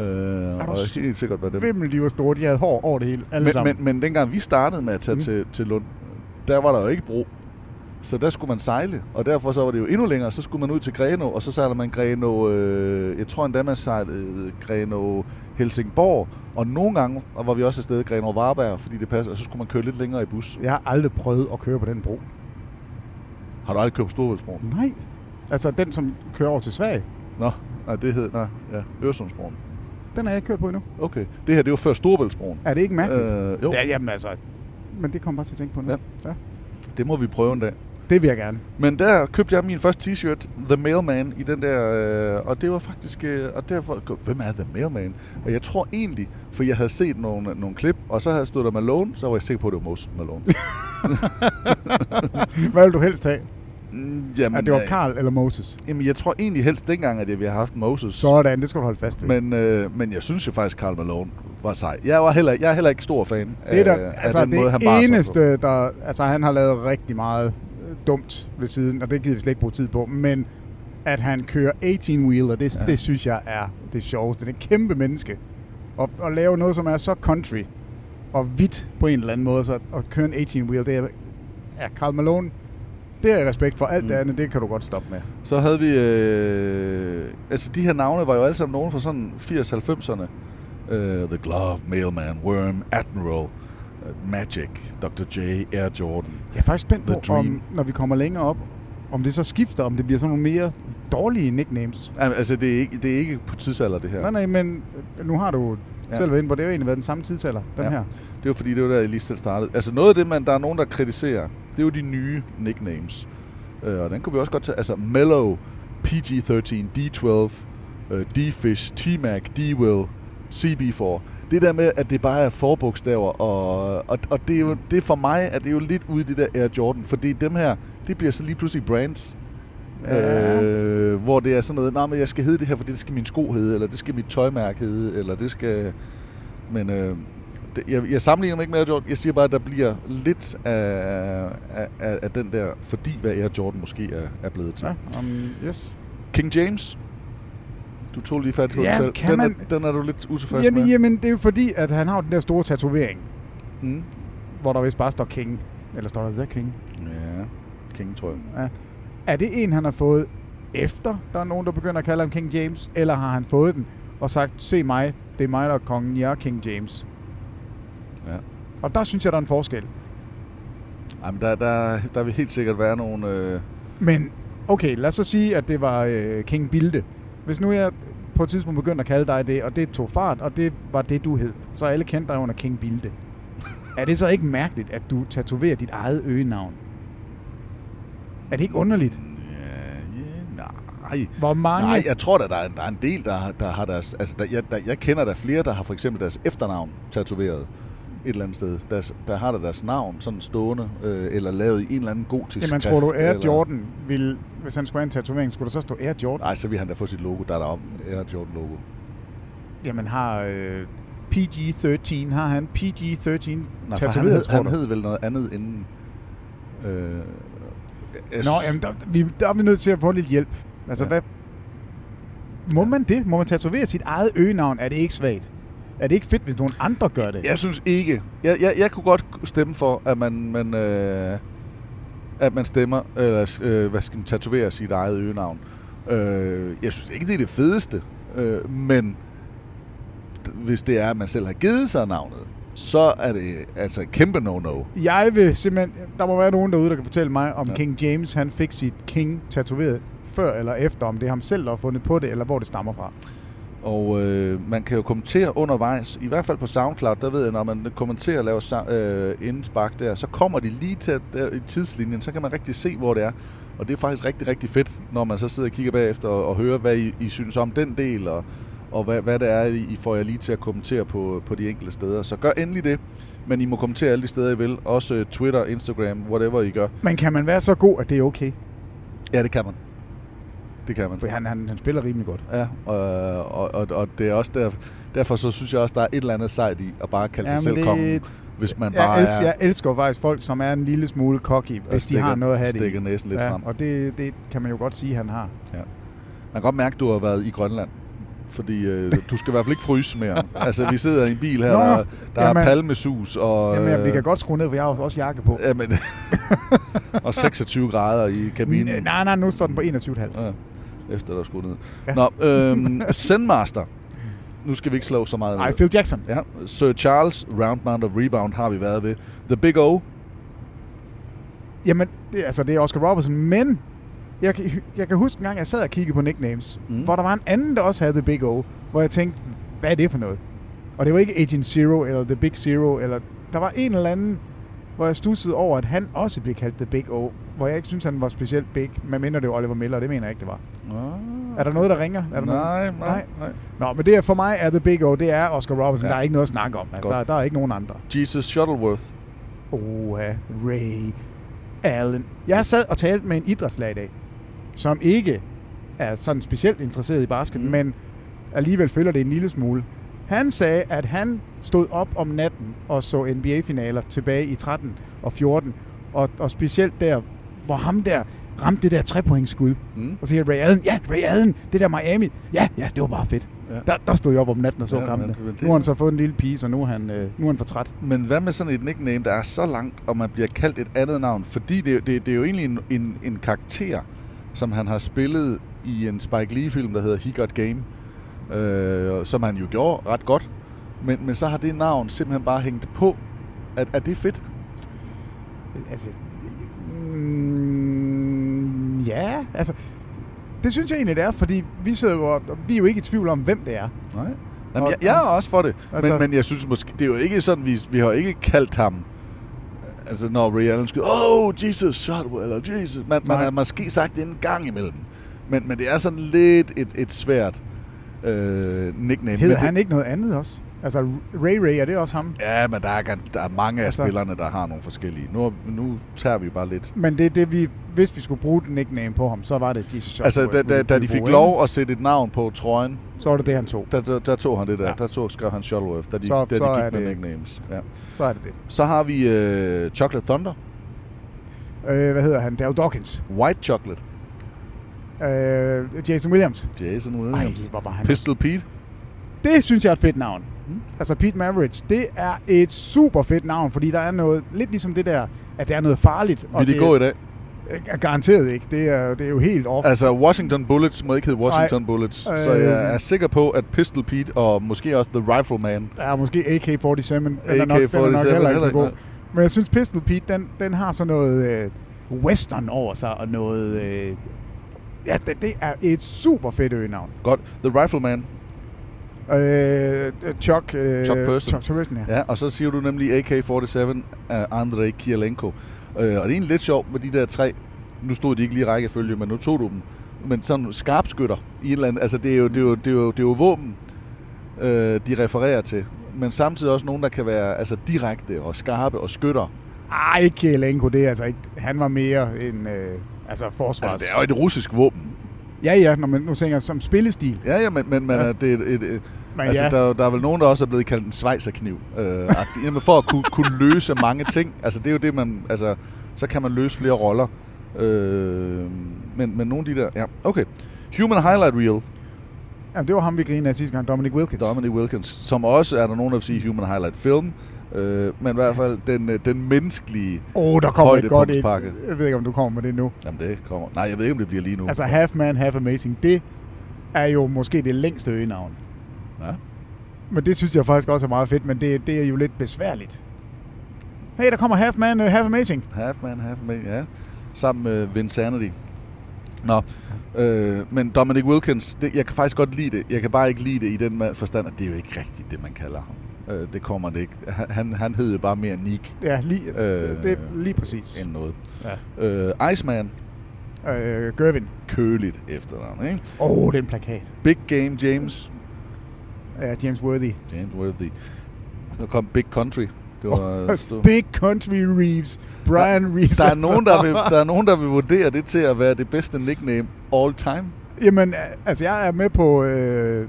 S6: Øh, og helt sikkert var dem.
S7: Vimmel, de var store. De havde hår over det hele, Altså, alle
S6: Men,
S7: sammen.
S6: men, men dengang vi startede med at tage mm. til, til Lund, der var der jo ikke bro. Så der skulle man sejle, og derfor så var det jo endnu længere. Så skulle man ud til Greno, og så sejlede man Greno, øh, jeg tror endda man sejlede Greno Helsingborg, og nogle gange var vi også afsted Greno Varberg, fordi det passer, og så skulle man køre lidt længere i bus.
S7: Jeg har aldrig prøvet at køre på den bro.
S6: Har du aldrig kørt på Storvældsbroen?
S7: Nej. Altså den, som kører over til Sverige,
S6: Nå, nej, det hed, nej, ja, Øresundsbroen.
S7: den har jeg ikke kørt på endnu.
S6: Okay, det her det var før Storebæltsbroen.
S7: Er det ikke mærkeligt?
S6: Øh, jo.
S7: Ja, jamen altså. Men det kommer bare til at tænke på nu.
S6: Ja.
S7: ja.
S6: Det må vi prøve en dag.
S7: Det vil jeg gerne.
S6: Men der købte jeg min første t-shirt, The Mailman, i den der, øh, og det var faktisk, øh, og derfor, gud, hvem er The Mailman? Og jeg tror egentlig, for jeg havde set nogle, nogle klip, og så havde stået der Malone, så var jeg sikker på, at det var Moses Malone.
S7: Hvad vil du helst have?
S6: Mm, Jamen,
S7: At det var
S6: øh,
S7: Karl eller Moses?
S6: Jamen, jeg tror egentlig helst dengang, at jeg ville have haft Moses.
S7: Sådan, det skal du holde fast ved.
S6: Men, øh, men jeg synes jo faktisk, Karl Malone var sej. Jeg, var heller, jeg er heller ikke stor fan
S7: Det er
S6: af,
S7: der, altså,
S6: af den
S7: det
S6: måde, han bare
S7: eneste, der... Altså, han har lavet rigtig meget øh, dumt ved siden, og det gider vi slet ikke bruge tid på, men at han kører 18-wheeler, det, ja. det synes jeg er det sjoveste. Det er et kæmpe menneske. Og, og lave noget, som er så country og hvidt på en eller anden måde, så at, at køre en 18-wheeler, det er, er Carl Malone, det er jeg respekt for. Alt mm. det andet, det kan du godt stoppe med.
S6: Så havde vi... Øh, altså, de her navne var jo alle sammen nogen fra sådan 80-90'erne. Uh, The Glove, Mailman, Worm, Admiral, uh, Magic, Dr. J, Air Jordan.
S7: Jeg er faktisk spændt
S6: The
S7: på,
S6: Dream.
S7: om, når vi kommer længere op, om det så skifter, om det bliver sådan nogle mere dårlige nicknames.
S6: Jamen, Altså, det er, ikke, det er ikke på tidsalder, det her.
S7: Nej, nej, men øh, nu har du
S6: Ja.
S7: ja. selv været inde på, det har jo egentlig været den samme tidsalder, den ja. her.
S6: Det var fordi, det var der, jeg lige selv startede. Altså noget af det, man, der er nogen, der kritiserer, det er jo de nye nicknames. Øh, og den kunne vi også godt tage. Altså Mellow, PG-13, D12, øh, D-Fish, T-Mac, D-Will, CB4. Det der med, at det bare er forbogstaver, og, og, og det er jo, det er for mig, at det er jo lidt ude i det der Air Jordan, fordi dem her, det bliver så lige pludselig brands.
S7: Ja.
S6: Øh, hvor det er sådan noget, nej, men jeg skal hedde det her, for det skal min sko hedde, eller det skal mit tøjmærke hedde, eller det skal... Men øh, det, jeg, jeg sammenligner mig ikke med Air Jordan. Jeg siger bare, at der bliver lidt af, af, af, af den der, fordi hvad Air Jordan måske er, er blevet til. Ja.
S7: Um, yes.
S6: King James. Du tog lige fat i
S7: Ja,
S6: ja, selv.
S7: kan
S6: den,
S7: man-
S6: er, den er du lidt utilfreds
S7: Jamen,
S6: med.
S7: jamen, det er jo fordi, at han har jo den der store tatovering,
S6: Mm.
S7: hvor der vist bare står King. Eller står der The King?
S6: Ja, King tror jeg.
S7: Ja. Er det en, han har fået efter, der er nogen, der begynder at kalde ham King James? Eller har han fået den og sagt, se mig, det er mig, der er kongen, jeg er King James?
S6: Ja.
S7: Og der synes jeg, der er en forskel.
S6: Jamen, der, der, der vil helt sikkert være nogle... Øh,
S7: Men okay, lad os så sige, at det var øh, King Bilde. Hvis nu jeg på et tidspunkt begyndte at kalde dig det, og det tog fart, og det var det, du hed, så alle kendte dig under King Bilde. er det så ikke mærkeligt, at du tatoverer dit eget øgenavn? Er det ikke underligt?
S6: Øh, nej.
S7: Hvor mange-
S6: Nej, jeg tror da, der er, der er en del, der, har- der har deres... Altså, der, jeg, der, jeg kender der flere, der har for eksempel deres efternavn tatoveret et eller andet sted. Deres, der har der deres navn sådan stående, øh, eller lavet i en eller anden gotisk
S7: Jamen, tror
S6: skrift,
S7: du, Air
S6: eller-
S7: Jordan ville, hvis han skulle have en tatovering, skulle der så stå Air Jordan?
S6: Nej, så vil han da få sit logo, der er deroppe. Air Jordan-logo.
S7: Jamen, har øh, PG-13, har han PG-13
S6: Nej, for han,
S7: tatoveret,
S6: hed,
S7: tror
S6: han
S7: du?
S6: hed vel noget andet inden... Øh, jeg
S7: Nå,
S6: s-
S7: jamen, der, vi, der er vi nødt til at få lidt hjælp. Altså,
S6: Ja.
S7: ja. hvad... Må man det? Må man tatovere sit eget øgenavn? Er det ikke svagt? Er det ikke fedt, hvis nogen andre gør det?
S6: Jeg synes ikke. Jeg, jeg, jeg kunne godt stemme for, at man, man, øh, at man stemmer, eller øh, hvad skal man, tatoverer sit eget øgenavn. Øh, jeg synes ikke, det er det fedeste, øh, men hvis det er, at man selv har givet sig navnet, så er det altså et kæmpe no-no.
S7: Jeg vil simpelthen... Der må være nogen derude, der kan fortælle mig, om ja. King James han fik sit King tatoveret før eller efter, om det er ham selv, der har fundet på det, eller hvor det stammer fra.
S6: Og øh, man kan jo kommentere undervejs, i hvert fald på SoundCloud, der ved jeg, når man kommenterer og laver sa- øh, indspark der, så kommer de lige til der, i tidslinjen, så kan man rigtig se, hvor det er. Og det er faktisk rigtig, rigtig fedt, når man så sidder og kigger bagefter og, og hører, hvad I, I synes om den del, og, og hvad, hvad det er, I I får jer lige til at kommentere på, på de enkelte steder. Så gør endelig det, men I må kommentere alle de steder, I vil. Også øh, Twitter, Instagram, whatever I gør.
S7: Men kan man være så god, at det er okay?
S6: Ja, det kan man. Det kan man.
S7: For han, han, han spiller rimelig godt.
S6: Ja, og, og, og, og det er også der, derfor så synes jeg også, der er et eller andet sejt i at bare kalde
S7: Jamen,
S6: sig selv
S7: det-
S6: kongen, hvis man bare
S7: Jeg elsker,
S6: er...
S7: jeg elsker jo faktisk folk, som er en lille smule cocky, hvis
S6: stikker-
S7: de har noget at have det i.
S6: stikker næsen lidt
S7: ja,
S6: frem.
S7: Og det, det kan man jo godt sige, han har.
S6: Ja. Man kan godt mærke, at du har været i Grønland. Fordi øh, du skal i hvert fald ikke fryse mere. altså, vi sidder i en bil her,
S7: Nå,
S6: Nå, der, der
S7: jamen.
S6: er palmesus og,
S7: Jamen, ja, vi
S6: øh,
S7: kan godt skrue ned, for jeg har jo også jakke på.
S6: Jamen, og 26 grader i kabinen.
S7: N- Øhm, nej, nej, nu står den på 21,5.
S6: Ja, efter der er skruet ned.
S7: Ja.
S6: Ja. Nå, øhm, Sendmaster. Nu skal vi ikke slå så meget.
S7: Ej, Phil Jackson.
S6: Ja. Sir Charles, Roundmount og Rebound har vi været ved. The Big O.
S7: Jamen, det, altså, det er Oscar Robertson, men jeg, kan- jeg kan huske en gang, jeg sad og kiggede på nicknames, mm. hvor der var en anden, der også havde The Big O, hvor jeg tænkte, hvad er det for noget? Og det var ikke Agent Zero, eller The Big Zero, eller der var en eller anden, hvor jeg stussede over, at han også blev kaldt The Big O, hvor jeg ikke synes han var specielt big, men minder det var Oliver Miller, det mener jeg ikke, det var. Ah. Er der noget, der ringer? Er der
S6: Nej,
S7: noget?
S6: nej, nej.
S7: Nå, men det er for mig er The Big O, det er Oscar Robertson. Ja.
S6: Ja.
S7: Der er ikke noget at snakke om. Altså,
S6: Godt.
S7: der, der er ikke nogen andre.
S6: Jesus Shuttleworth.
S7: Oha, Ray Allen. Jeg sad og talte med en idrætslag i dag, som ikke er sådan specielt interesseret i basket, mm. men alligevel føler det en lille smule. Han sagde, at han stod op om natten og så NBA-finaler tilbage i 13 og 14, og, og specielt der, hvor ham der ramte det der trepointskud. Mm. Og så siger Ray Allen, ja, Ray Allen, det der Miami, ja, ja, det var bare fedt. Ja.
S6: Ja.
S7: Der, der stod jeg op om natten og så ja,
S6: Ja,
S7: kampene.
S6: men det-
S7: Nu har han så fået en lille pige, så nu er han, øh, nu er han for træt.
S6: Men hvad med sådan et nickname, der er så langt, og man bliver kaldt et andet navn? Fordi det, det, det er jo egentlig en, en, en karakter, som han har spillet i en Spike Lee-film, der hedder He Got Game, øh, som han jo gjorde ret godt. Men, men så har det navn simpelthen bare hængt på. Er, er det fedt?
S7: Altså, mm, ja, altså, det synes jeg egentlig, det er, fordi vi sidder jo, og og vi er jo ikke i tvivl om, hvem det er.
S6: Nej. Jamen, jeg, jeg er også for det, altså,
S7: Altså-
S6: men, men jeg synes måske, det er jo ikke sådan, vi, vi har jo ikke kaldt ham, altså når Ray Allen skyder, oh, Jesus, Shotwell, eller Jesus, man, man
S7: Nej.
S6: har måske sagt det en gang imellem, men, men det er sådan lidt et, et svært øh, nickname.
S7: Hedder
S6: Men
S7: han
S6: det,
S7: ikke noget andet også? Altså, Ray Ray, er det også ham?
S6: Ja, men der er, gan- der er mange af
S7: Altså-
S6: altså, spillerne, der har nogle forskellige. Nu, nu tager vi bare lidt.
S7: Men det er det, vi, hvis vi skulle bruge den nickname på ham, så var det Jesus Joshua.
S6: Altså, da, da, da de
S7: Bowen.
S6: fik lov at sætte et navn på trøjen,
S7: Så var det det, han tog.
S6: der, der, der tog han det der.
S7: Ja.
S6: Ja. Der tog, skrev han Shuttleworth, da de,
S7: Så-
S6: da de
S7: så er
S6: gik med
S7: det-
S6: nicknames. Ja.
S7: Så er det det.
S6: Så har vi øh, Chocolate Thunder.
S7: Øh, hvad hedder han? Dale Dawkins.
S6: White Chocolate.
S7: Øh, Jason Williams.
S6: Jason
S7: Williams.
S6: Williams.
S7: Ej, hvor var han
S6: Pistol Pete.
S7: Det synes jeg er et fedt navn.
S6: Mm.
S7: Altså Pete Maravich, det er et super fedt navn, fordi der er noget, lidt ligesom det der, at der er noget farligt.
S6: Vil det gå i dag?
S7: Øh, Garanteret ikke. Det er, det er jo helt off.
S6: Altså, Washington Bullets må ikke hedde Washington
S7: Ej.
S6: Bullets.
S7: Øh.
S6: Så jeg er sikker på, at Pistol Pete og måske også The Rifleman.
S7: Der er måske AK-47, men den er nok, den er nok
S6: AK-47
S7: heller ikke så
S6: heller
S7: god.
S6: ikke,
S7: Men jeg synes, Pistol Pete, den, den har sådan noget øh, western over sig, og noget... Øh, ja, det, det er et super fedt øgenavn.
S6: Godt. The Rifleman.
S7: Øh, Chuck... Øh,
S6: Chuck Person.
S7: Chuck Person, ja.
S6: Ja, og så siger du nemlig AK-47 af Andrei Kirilenko. Øh, og det er egentlig lidt sjovt med de der tre. Nu stod de ikke lige i rækkefølge, men nu tog du dem. Men sådan skarpskytter i et eller andet. Altså, det er jo, det er jo, det er jo, det er jo våben, øh, de refererer til. Men samtidig også nogen, der kan være altså, direkte og skarpe og skytter.
S7: Ej, ikke Kielenko, det er altså ikke... Han var mere en... Øh, altså forsvars...
S6: Altså, det er jo et russisk våben.
S7: Ja, ja, når man nu tænker som spillestil.
S6: Ja, ja, men, men, men
S7: Ja.
S6: ja. det er et... et, et
S7: Men
S6: men altså,
S7: ja.
S6: ja. der, er jo- der er vel nogen, der også er blevet kaldt en svejserkniv. Øh, agtig. Jamen, for at kunne, kunne løse mange ting. Altså, det er jo det, man... Altså, så kan man løse flere roller. Øh, men, men nogle af de der... Ja, okay. Human Highlight Reel,
S7: Jamen, det var ham, vi grinede af sidste gang, Dominic Wilkins.
S6: Dominic Wilkins, som også er der nogen, der vil sige Human Highlight Film. Øh, men i hvert fald den, øh, den menneskelige
S7: Åh, oh, der kommer et godt et.
S6: højdepunktspakke.
S7: Jeg ved ikke, om du kommer med det nu.
S6: Jamen, det kommer. Nej, jeg ved ikke, om det bliver lige nu.
S7: Altså, Half Man, Half Amazing, det er jo måske det længste øgenavn.
S6: ja.
S7: Men det synes jeg faktisk også er meget fedt, men det, det er jo lidt besværligt. Hey, der kommer Half Man, uh, Half Amazing.
S6: Half Man, Half Amazing, ja. Sammen med Vinsanity. Nå, øh, men Dominic Wilkins, det, jeg kan faktisk godt lide det. Jeg kan bare ikke lide det i den ma- forstand, at det er jo ikke rigtigt det, man kalder ham. Øh, det kommer det ikke. Han- Han, han hed jo bare mere Nick.
S7: Ja, lige, øh, det er lige præcis.
S6: End noget. Ja. Øh, Iceman.
S7: Øh, Gervin.
S6: Køligt efternavn, ikke?
S7: Åh, oh, den plakat.
S6: Big Game James.
S7: Ja, James Worthy.
S6: James Worthy. Nu kom Big Country. Det var stort.
S7: Big Country Reeves. Brian Reeves.
S6: Der er, nogen, der, vil, der er nogen, der vil vurdere det til at være det bedste nickname all time.
S7: Jamen, altså jeg er med på, øh,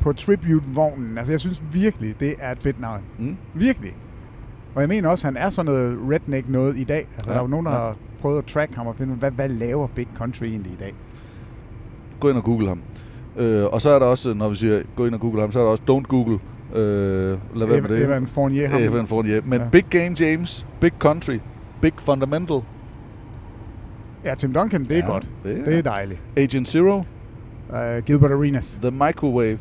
S7: på Tribute-vognen. Altså jeg synes virkelig, det er et fedt navn.
S6: Mm.
S7: Virkelig. Og jeg mener også, han er sådan noget redneck noget i dag. Altså ja,
S6: Ja,
S7: der er jo nogen, der
S6: ja.
S7: har prøvet at track ham og finde ud af, hvad, hvad laver Big Country egentlig i dag?
S6: Gå ind og google ham. Øh, og så er der også, når vi siger gå ind og google ham, så er der også don't google. Øh, lad være med det.
S7: Evan Fournier, ham.
S6: Evan Fournier. Men
S7: Ja.
S6: ja. Big Game James, Big Country, Big Fundamental.
S7: Ja, Tim Duncan, det er
S6: Ja,
S7: godt.
S6: det er-
S7: Det er dejligt.
S6: Agent Zero,
S7: Uh, Gilbert Arenas.
S6: The Microwave,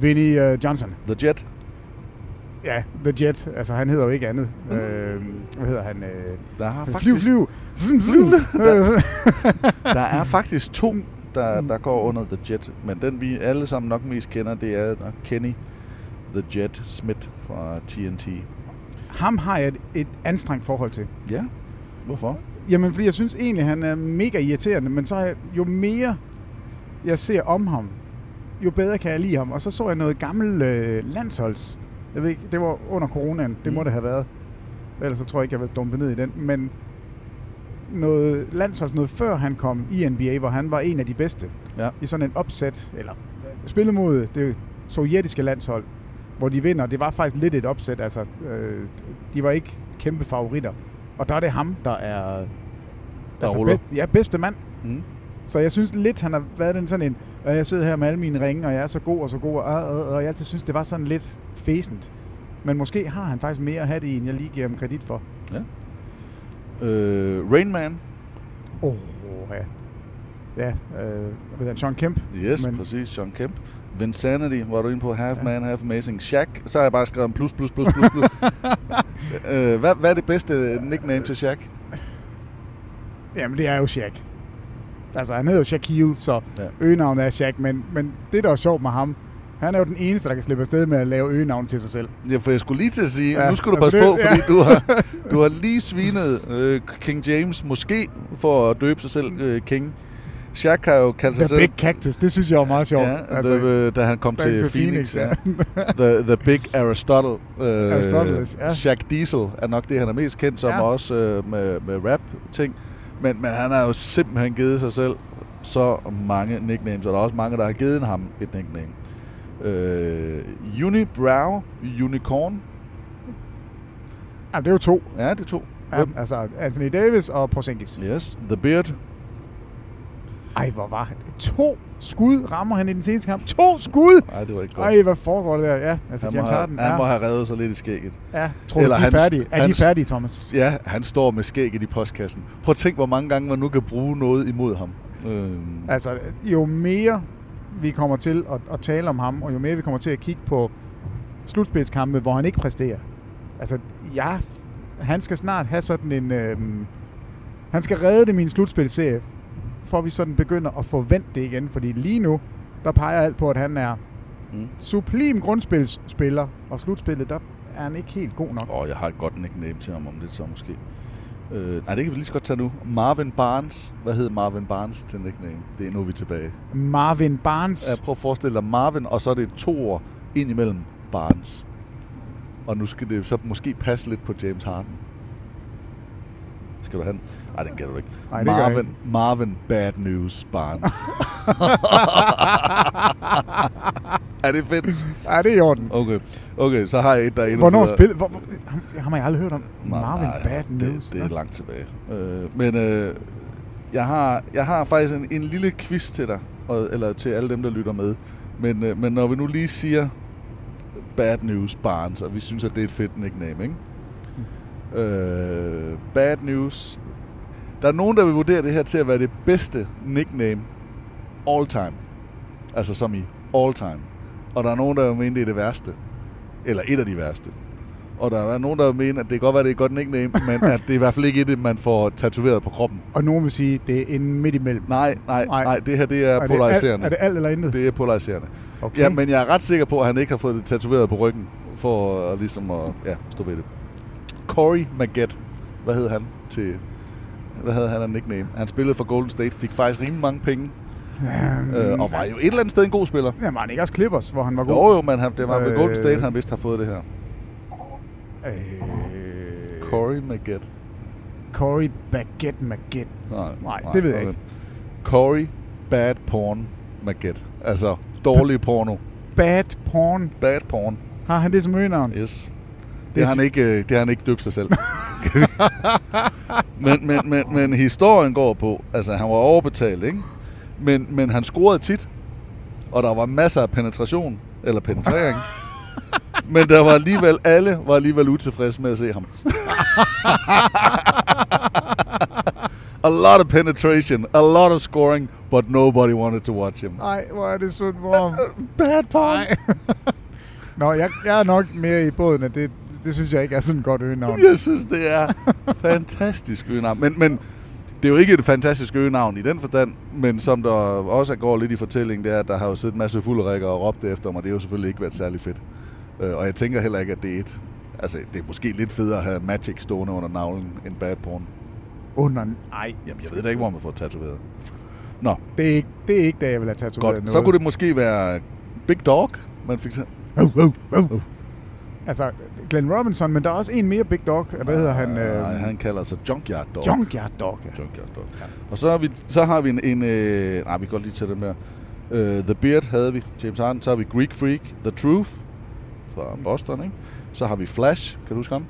S7: Vinnie uh, Johnson.
S6: The Jet.
S7: Ja, The Jet. Altså, han hedder jo ikke andet. Uh, hvad hedder han? Uh,
S6: Mm. Der har
S7: flyv,
S6: faktisk,
S7: flyv. Flyv, flyv.
S6: der er faktisk to, der, der går under The Jet. Men den vi alle sammen nok mest kender, det er nok Kenny The Jet Smith fra TNT.
S7: Ham har jeg et, et anstrengt forhold til.
S6: Ja, hvorfor?
S7: Jamen, fordi jeg synes egentlig, han er mega irriterende, men så har jeg, jo mere jeg ser om ham, jo bedre kan jeg lide ham. Og så så jeg noget gammel øh, landsholds. Jeg ved ikke, det var under coronaen, det mm. må det have været. Ellers så tror jeg ikke, jeg vil dumpe ned i den. Men noget landsholds, noget før han kom i NBA, hvor han var en af de bedste.
S6: Ja.
S7: I sådan en opsæt, eller øh, spillet mod det sovjetiske landshold, hvor de vinder. Det var faktisk lidt et opsæt, altså øh, de var ikke kæmpe favoritter. Og der er det ham, der er altså,
S6: Der ruller.
S7: ja, bedste mand.
S6: Mm.
S7: Så jeg synes lidt, han har været den sådan en, og jeg sidder her med alle mine ringe, og jeg er så god og så god, og, og, og, og jeg altid synes, det var sådan lidt fæsent. Men måske har han faktisk mere at have det i, end jeg lige giver ham kredit for.
S6: Ja. Øh, Rain Man.
S7: Åh, oh, ja. Ja, øh, hvad hedder han, Sean Kemp?
S6: Yes, Men. præcis. Sean Kemp. Vinsanity var du inde på. Half ja. Man, Half Amazing. Shaq. Så har jeg bare skrevet en plus, plus, plus, plus, plus. øh, hvad, hvad er det bedste nickname til Shaq?
S7: Jamen, det er jo Shaq. Altså, han hedder jo Shaquille, så ja.
S6: Ja.
S7: øgenavnet er Shaq, men, men det, der er sjovt med ham, han er jo den eneste, der kan slippe afsted med at lave øgenavn til sig selv.
S6: Ja, for jeg skulle lige til at sige,
S7: Ja,
S6: ja, nu skal du
S7: altså
S6: passe
S7: det-
S6: på, fordi
S7: ja.
S6: du har, du har lige svinet øh, King James måske for at døbe sig selv øh, King. Shaq har jo kaldt
S7: The
S6: sig selv...
S7: Big Cactus, det synes jeg var meget sjovt.
S6: Ja, altså, the, da han kom
S7: Back
S6: til
S7: to
S6: Phoenix.
S7: Phoenix, ja.
S6: Phoenix ja. the, the Big Aristotle. Øh,
S7: Aristoteles, ja.
S6: Shaq Diesel er nok det, han er mest kendt som,
S7: Ja.
S6: ja. også øh, med, med rap-ting. Men, men han har jo simpelthen givet sig selv så mange nicknames, og der er også mange, der har givet ham et nickname. Øh, Unibrow, Unicorn.
S7: Jamen, det er jo to.
S6: Ja, det er to.
S7: Ja,
S6: Hvem?
S7: altså Anthony Davis og Porzingis.
S6: Yes, The Beard.
S7: Ej, hvor var han. To skud rammer han i den seneste kamp. To skud!
S6: Nej, det var ikke godt.
S7: Ej, hvad foregår der der? Ja, altså
S6: han, må
S7: James
S6: have,
S7: Harden.
S6: han
S7: ja.
S6: må have reddet sig lidt i skægget.
S7: Ja, tror du, de er færdige? Er de færdige, Thomas?
S6: Ja, han står med skægget i postkassen. Prøv at tænk, hvor mange gange man nu kan bruge noget imod ham. Øhm,
S7: Altså, jo mere vi kommer til at, at tale om ham, og jo mere vi kommer til at kigge på slutspilskampe, hvor han ikke præsterer. Altså, jeg, han skal snart have sådan en... Øhm, han skal redde det i min slutspilserie, for vi sådan begynder at forvente det igen. Fordi lige nu, der peger alt på, at han er
S6: Mm.
S7: sublim grundspilsspiller, og slutspillet, der er han ikke helt god nok.
S6: Åh, jeg har et godt nickname til ham om lidt så måske. Øh, nej, det kan vi lige så godt tage nu. Marvin Barnes. Hvad hed Marvin Barnes til nickname? Det er nu, vi er tilbage.
S7: Marvin Barnes.
S6: Ja, prøv at forestille dig Marvin, og så er det to år ind imellem Barnes. Og nu skal det så måske passe lidt på James Harden. Skal du have den? Nej, den gælder du ikke.
S7: Nej, det gør jeg
S6: Marvin, Marvin Bad News Barnes. er det fedt?
S7: Ja, det er i orden.
S6: Okay, okay så har jeg et, der er endnu
S7: Hvornår
S6: federe.
S7: spil... Hvor, hvor- ham, ham har jeg aldrig hørt om.
S6: Nej,
S7: Marvin
S6: nej,
S7: Bad News.
S6: Det, det er langt tilbage. Øh, men øh, jeg, har, jeg har faktisk en, en lille quiz til dig, og, eller til alle dem, der lytter med. Men, øh, men når vi nu lige siger Bad News Barnes, og vi synes, at det er et fedt nickname, ikke? Øh, bad News. Der er nogen, der vil vurdere det her til at være det bedste nickname all time. Altså som i all time. Og der er nogen, der mener, det er det værste. Eller et af de værste. Og der er nogen, der mener, at det kan godt være, det er godt nickname, men at det er i hvert fald ikke et, man får tatoveret på kroppen.
S7: Og nogen vil sige, det er en midt imellem.
S6: Nej, nej, nej, nej det her det er,
S7: det alt-
S6: polariserende.
S7: er det alt eller intet?
S6: Det er polariserende.
S7: Okay.
S6: Ja, men jeg er ret sikker på, at han ikke har fået det tatoveret på ryggen, for at, ligesom at ja, stå ved det. Corey Maggette, hvad hed han til... Hvad havde han af nickname? Han spillede for Golden State, fik faktisk rimelig mange penge. øh, og var jo et eller andet sted en god spiller.
S7: Jamen, var han ikke også Clippers, hvor han var god?
S6: Jo, jo, men han, det var med Golden
S7: Øh,
S6: State, han vidste har fået det her.
S7: Øh,
S6: Corey Maggette.
S7: Corey Baguette Maguette.
S6: Nej,
S7: nej, det ved jeg
S6: okay.
S7: ikke.
S6: Corey Bad Porn Maggette. Altså, dårlig porno.
S7: Bad porn.
S6: Bad porn.
S7: Har han det som øgenavn?
S6: Yes. Det
S7: Det er
S6: har han
S7: fi-
S6: ikke, øh, det har han ikke døbt sig selv. men, men, men, men historien går på, altså han var overbetalt, ikke? Men, men han scorede tit, og der var masser af penetration, eller penetrering. men der var alligevel, alle var alligevel utilfredse med at se ham. a lot of penetration, a lot of scoring, but nobody wanted to watch him.
S7: Nej, hvor er det sundt, hvor...
S6: Bad porn.
S7: Nå, jeg, jeg er nok mere i båden, at det, det synes jeg ikke er sådan et godt øgenavn.
S6: Jeg synes, det er fantastisk øgenavn. Men, men det er jo ikke et fantastisk øgenavn i den forstand, men som der også går lidt i fortællingen, det er, at der har jo siddet en masse fulderikker og råbt efter mig, og det har jo selvfølgelig ikke været særlig fedt. Øh, Og jeg tænker heller ikke, at det er et... Altså, det er måske lidt federe at have Magic stående under navlen end Bad Porn.
S7: Under... Nej,
S6: Jamen, jeg ved da ikke, hvor man får tatoveret. Nå,
S7: det er ikke, det er ikke det, jeg vil have tatoveret
S6: godt.
S7: noget.
S6: Så kunne det måske være Big Dog, man fik så...
S7: Altså, Glenn Robinson, men der er også en mere Big Dog. Hvad hedder han? Øh,
S6: Nej, han kalder sig Junkyard Dog.
S7: Junkyard Dog, ja.
S6: Junkyard Dog. Og så har vi, så har vi en... en øh, nej, vi kan godt lige tage dem der. Øh, The Beard havde vi, James Harden. Så har vi Greek Freak, The Truth fra Boston, ikke? Så har vi Flash, kan du huske ham?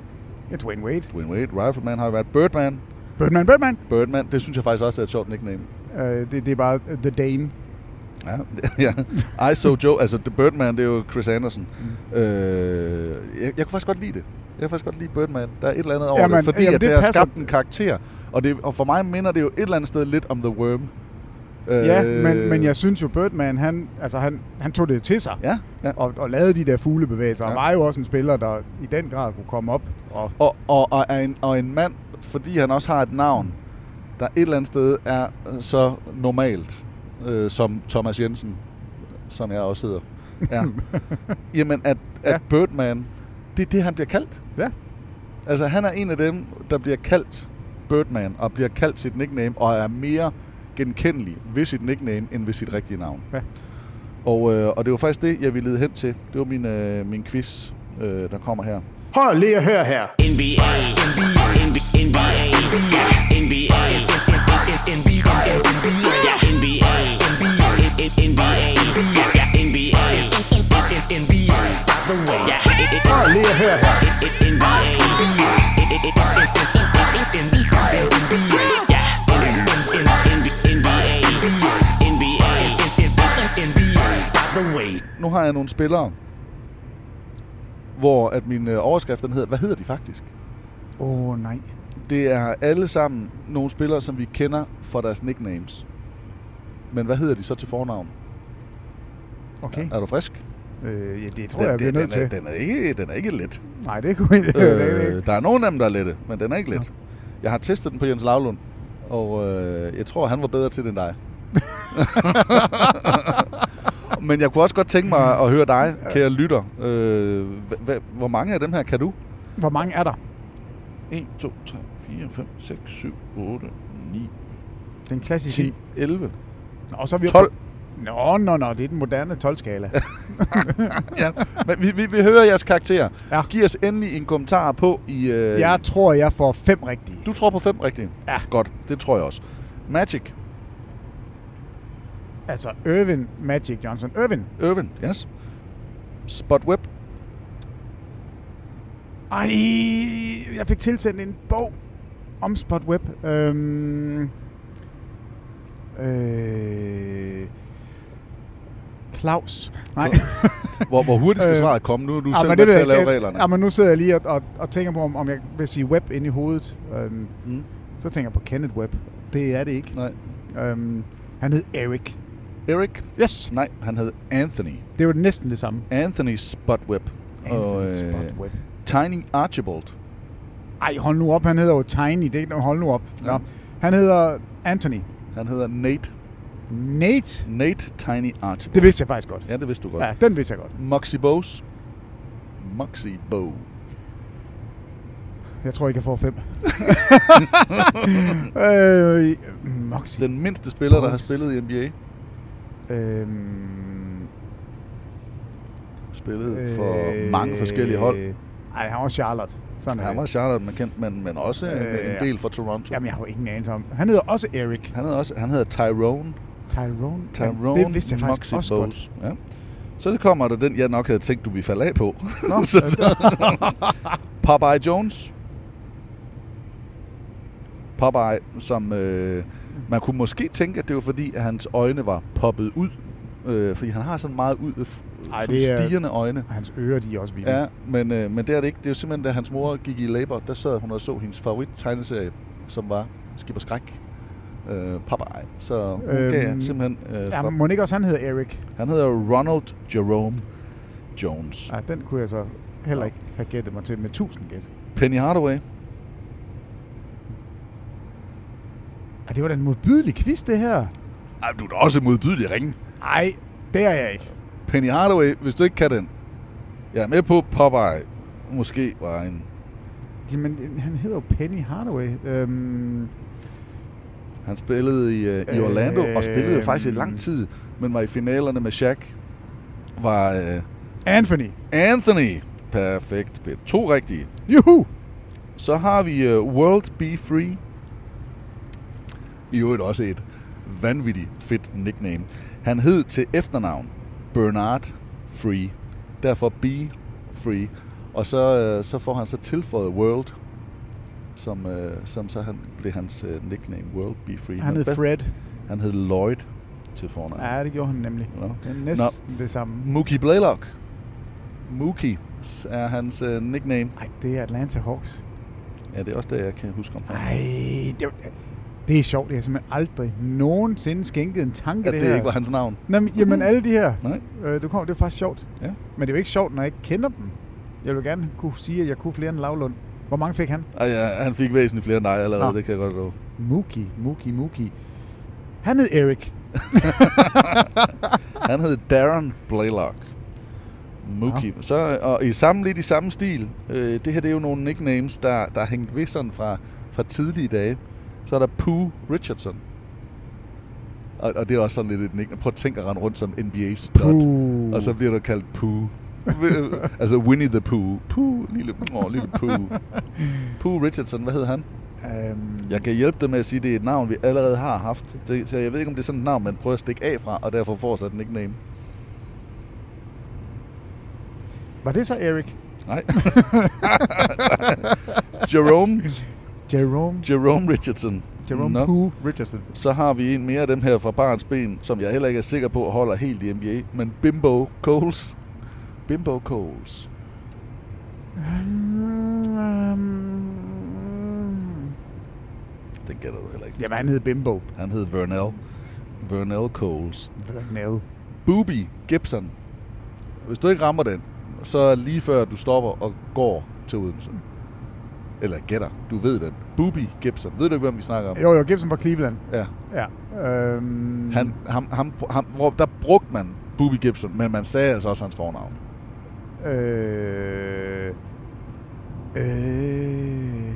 S7: Ja, Dwayne Wade.
S6: Dwayne Wade, Rifleman har jo været Birdman.
S7: Birdman, Birdman.
S6: Birdman, det synes jeg faktisk også er et sjovt nickname.
S7: Øh, det, det er bare The Dane.
S6: Ja, ja. I So Joe, altså The Birdman, det er jo Chris Anderson. Mm. Øh, jeg, jeg kunne faktisk godt lide det. Jeg kan faktisk godt lide Birdman. Der er et eller andet over
S7: Jamen,
S6: det, fordi
S7: jamen,
S6: at det,
S7: det
S6: det har
S7: passer.
S6: skabt en karakter. Og, det, og for mig minder det jo et eller andet sted lidt om The Worm. Øh,
S7: Ja, men, men jeg synes jo, Birdman, han, altså, han, han tog det til sig.
S6: Ja, ja.
S7: Og, og lavede de der fuglebevægelser. Ja.
S6: Ja.
S7: Han var jo også en spiller, der i den grad kunne komme op. Og,
S6: Og, og, og, er en, og en mand, fordi han også har et navn, der et eller andet sted er øh, så normalt, øh, som Thomas Jensen, som jeg også hedder, er. Jamen, at, at ja. Birdman, det er det, han bliver kaldt.
S7: ja,
S6: Altså, han er en af dem, der bliver kaldt Birdman, og bliver kaldt sit nickname, og er mere genkendelig ved sit nickname, end ved sit rigtige navn.
S7: Ja.
S6: Og, øh, og det var faktisk det, jeg ville lede hen til. Det var min, øh, min quiz, øh, der kommer her.
S7: Prøv lige at høre her.
S8: NBA, NBA, NBA, NBA, NBA, NBA, ja, NBA, NBA, ja, NBA, NBA, by the way, ja, Prøv lige at høre her. NBA,
S6: nu har jeg nogle spillere, hvor at min øh, overskrift den hedder, hvad hedder de faktisk?
S7: Åh, oh, nej.
S6: Det er alle sammen nogle spillere, som vi kender fra deres nicknames. Men hvad hedder de så til fornavn?
S7: Okay.
S6: Er du frisk?
S7: Øh, ja, det tror jeg, jeg bliver
S6: den,
S7: nødt
S6: den, er,
S7: til.
S6: den, er ikke, den er ikke let.
S7: Nej, det kunne jeg det, det,
S6: øh,
S7: det.
S6: der er nogen af dem, der er lette, men den er ikke let. Jeg har testet den på Jens Lavlund, og øh, jeg tror, han var bedre til det end dig. men jeg kunne også godt tænke mig at høre dig, kære lytter. Øh, hva, hva, hvor mange af dem her kan du?
S7: Hvor mange er der?
S6: 1, 2, 3, 4, 5, 6, 7, 8, 9,
S7: Den
S6: 10,
S7: klassiske.
S6: 11.
S7: Nå, og så er vi
S6: 12.
S7: Nå, nå, nå, det er den moderne 12-skala.
S6: Øh. Ja, men vi, vi, vi hører jeres karakterer. Ja.
S7: Ja.
S6: Giv os endelig en kommentar på i... Øh,
S7: jeg tror, jeg får fem rigtige.
S6: Du tror på fem rigtigt?
S7: Ja.
S6: Godt, det tror jeg også. Magic,
S7: Altså, Irvin Magic Johnson. Irvin.
S6: Irvin, yes. Spotweb,
S7: Ej, jeg fik tilsendt en bog om Spot Web. Øhm, øh, Claus. Nej.
S6: hvor, hvor hurtigt skal
S7: Øh,
S6: svaret komme nu? er Du er
S7: Ah,
S6: selv
S7: men
S6: med
S7: ved
S6: til
S7: jeg
S6: at lave
S7: ikke.
S6: reglerne.
S7: Ah, men nu sidder jeg lige og, og, og tænker på, om, om jeg vil sige web ind i hovedet. Øhm,
S6: Mm.
S7: Så tænker jeg på Kenneth Web. Det er det ikke.
S6: Nej.
S7: Øhm, han hed Eric.
S6: Eric?
S7: Yes.
S6: Nej, han hed Anthony.
S7: Det var næsten det samme.
S6: Anthony Spudweb.
S7: Anthony Spudweb.
S6: øh, Tiny Archibald.
S7: Ej, hold nu op. Han hedder jo Tiny. Det er ikke, hold nu op. Ja. Han hedder Anthony.
S6: Han hedder Nate.
S7: Nate?
S6: Nate Tiny Archibald.
S7: Det vidste jeg faktisk godt.
S6: Ja, det vidste du godt.
S7: Ja, den vidste jeg godt.
S6: Moxie Bose. Moxie Bo.
S7: Jeg tror ikke, jeg får fem. øh, Moxie.
S6: Den mindste spiller, der har
S7: Bose.
S6: spillet i NBA.
S7: øh, Øhm,
S6: Spillet for mange forskellige hold.
S7: Øh, Ej, Øh, han var Charlotte. Sådan er
S6: Han
S7: det.
S6: var Charlotte McKent, men, men også en,
S7: Øh,
S6: en
S7: ja.
S6: del fra Toronto.
S7: Jamen, jeg har jo ingen anelse om. Han hedder også Eric.
S6: Han hedder, også, han hedder Tyrone.
S7: Tyrone.
S6: Tyrone
S7: det vidste jeg faktisk
S6: Moxie
S7: også
S6: Bowles. Ja. Så det kommer der den, jeg nok havde tænkt, du ville falde af på.
S7: Nå.
S6: så, så. Popeye Jones. Popeye, som øh, man kunne måske tænke, at det var fordi, at hans øjne var poppet ud. Øh, fordi han har sådan meget ud, øh, f-
S7: Ej,
S6: sådan
S7: det er-
S6: stigende øjne.
S7: Og hans ører, de er også vilde.
S6: Ja, men, øh, men det er det ikke. Det er jo simpelthen, da hans mor gik i labor, der sad hun og så hendes favorit tegneserie, som var Skib og Skræk. Øh, Popeye. Så hun øhm, gav
S7: Øhm,
S6: simpelthen... Øh,
S7: Ja,
S6: fra-
S7: men må ikke også han hedder Eric?
S6: han hedder Ronald Jerome Jones.
S7: Nej, den kunne jeg så heller ikke have gættet mig til med 1000 gæt.
S6: Penny Hardaway.
S7: Ej, det var da en modbydelig quiz, det her.
S6: Ej, du er da også modbydelig ringe.
S7: Nej, det er jeg ikke.
S6: Penny Hardaway, hvis du ikke kan den. Jeg er med på Popeye. Måske var en...
S7: Men han hedder jo Penny Hardaway. Øhm,
S6: Han spillede i, øh, i Orlando øh, og spillede jo faktisk i lang
S7: Øhm.
S6: tid, men var i finalerne med Shaq. Var øh,
S7: Anthony.
S6: Anthony. Perfekt, Peter. To rigtige.
S7: Juhu!
S6: Så har vi øh, World Be Free. I øvrigt også et vanvittigt fedt nickname. Han hed til efternavn Bernard Free. Derfor Be Free. Og så, øh, så får han så tilføjet World, som, øh, som så han, blev hans øh, nickname World Be Free.
S7: Han hed
S6: Men-
S7: Fred.
S6: Han hed Lloyd til fornavn.
S7: Ja, det gjorde han nemlig.
S6: Nå.
S7: Det er næsten det samme.
S6: Mookie Blaylock. Mookie er hans øh, nickname.
S7: Nej, det er Atlanta Hawks.
S6: Ja, det er også det, jeg kan huske om ham.
S7: Nej, det, var- det er sjovt. Jeg har simpelthen aldrig nogensinde skænket en tanke, det,
S6: At det, det
S7: her.
S6: ikke var hans navn.
S7: Jamen, jamen alle de her,
S6: Nej.
S7: øh, du kommer, det er faktisk sjovt.
S6: Ja.
S7: Men det er jo ikke sjovt, når jeg ikke kender dem. Jeg vil gerne kunne sige, at jeg kunne flere end Lavlund. Hvor mange fik han?
S6: Ej, ja, han fik væsentligt flere end dig allerede,
S7: Nå.
S6: det kan jeg godt love.
S7: Mookie, Mookie, Mookie. Han hed Erik.
S6: Han hed Darren Blaylock. Mookie. Ja. Så, og i samme, lidt i samme stil, øh, det her det er jo nogle nicknames, der, der er hængt ved sådan fra, fra tidlige dage. Så er der Pooh Richardson. Og, og det er også sådan lidt et nickname. Prøv at tænke at rende rundt som NBA stud.
S7: Pooh.
S6: Og så bliver du kaldt Pooh. Ved- altså Winnie the Pooh. Pooh, lille, oh, lille Pooh. Pooh Richardson, hvad hed han?
S7: Øhm,
S6: Jeg kan hjælpe dig med at sige, at det er et navn, vi allerede har haft. Det, så jeg ved ikke, om det er sådan et navn, man prøver at stikke af fra, og derfor får så den ikke name.
S7: var det så Erik?
S6: Nej. Jerome,
S7: Jerome,
S6: Jerome Richardson.
S7: Jerome
S6: Nå.
S7: Pooh Richardson.
S6: Så har vi en mere af dem her fra Barns Ben, som jeg heller ikke er sikker på holder helt i NBA, men Bimbo Coles. Bimbo Coles.
S7: Øhm,
S6: Den gætter du heller ikke.
S7: Jamen, han hed Bimbo.
S6: Han hed Vernell. Vernell Coles.
S7: Nell.
S6: Booby Gibson. Hvis du ikke rammer den, så er lige før du stopper og går til Odense. Eller gætter. Du ved den. Booby Gibson. Ved du ikke, hvem vi snakker om?
S7: Jo, jo, Gibson fra Cleveland.
S6: Ja.
S7: Ja. Øhm,
S6: Han, ham, ham, ham, hvor der brugte man Booby Gibson, men man sagde altså også hans fornavn.
S7: Øh, øh,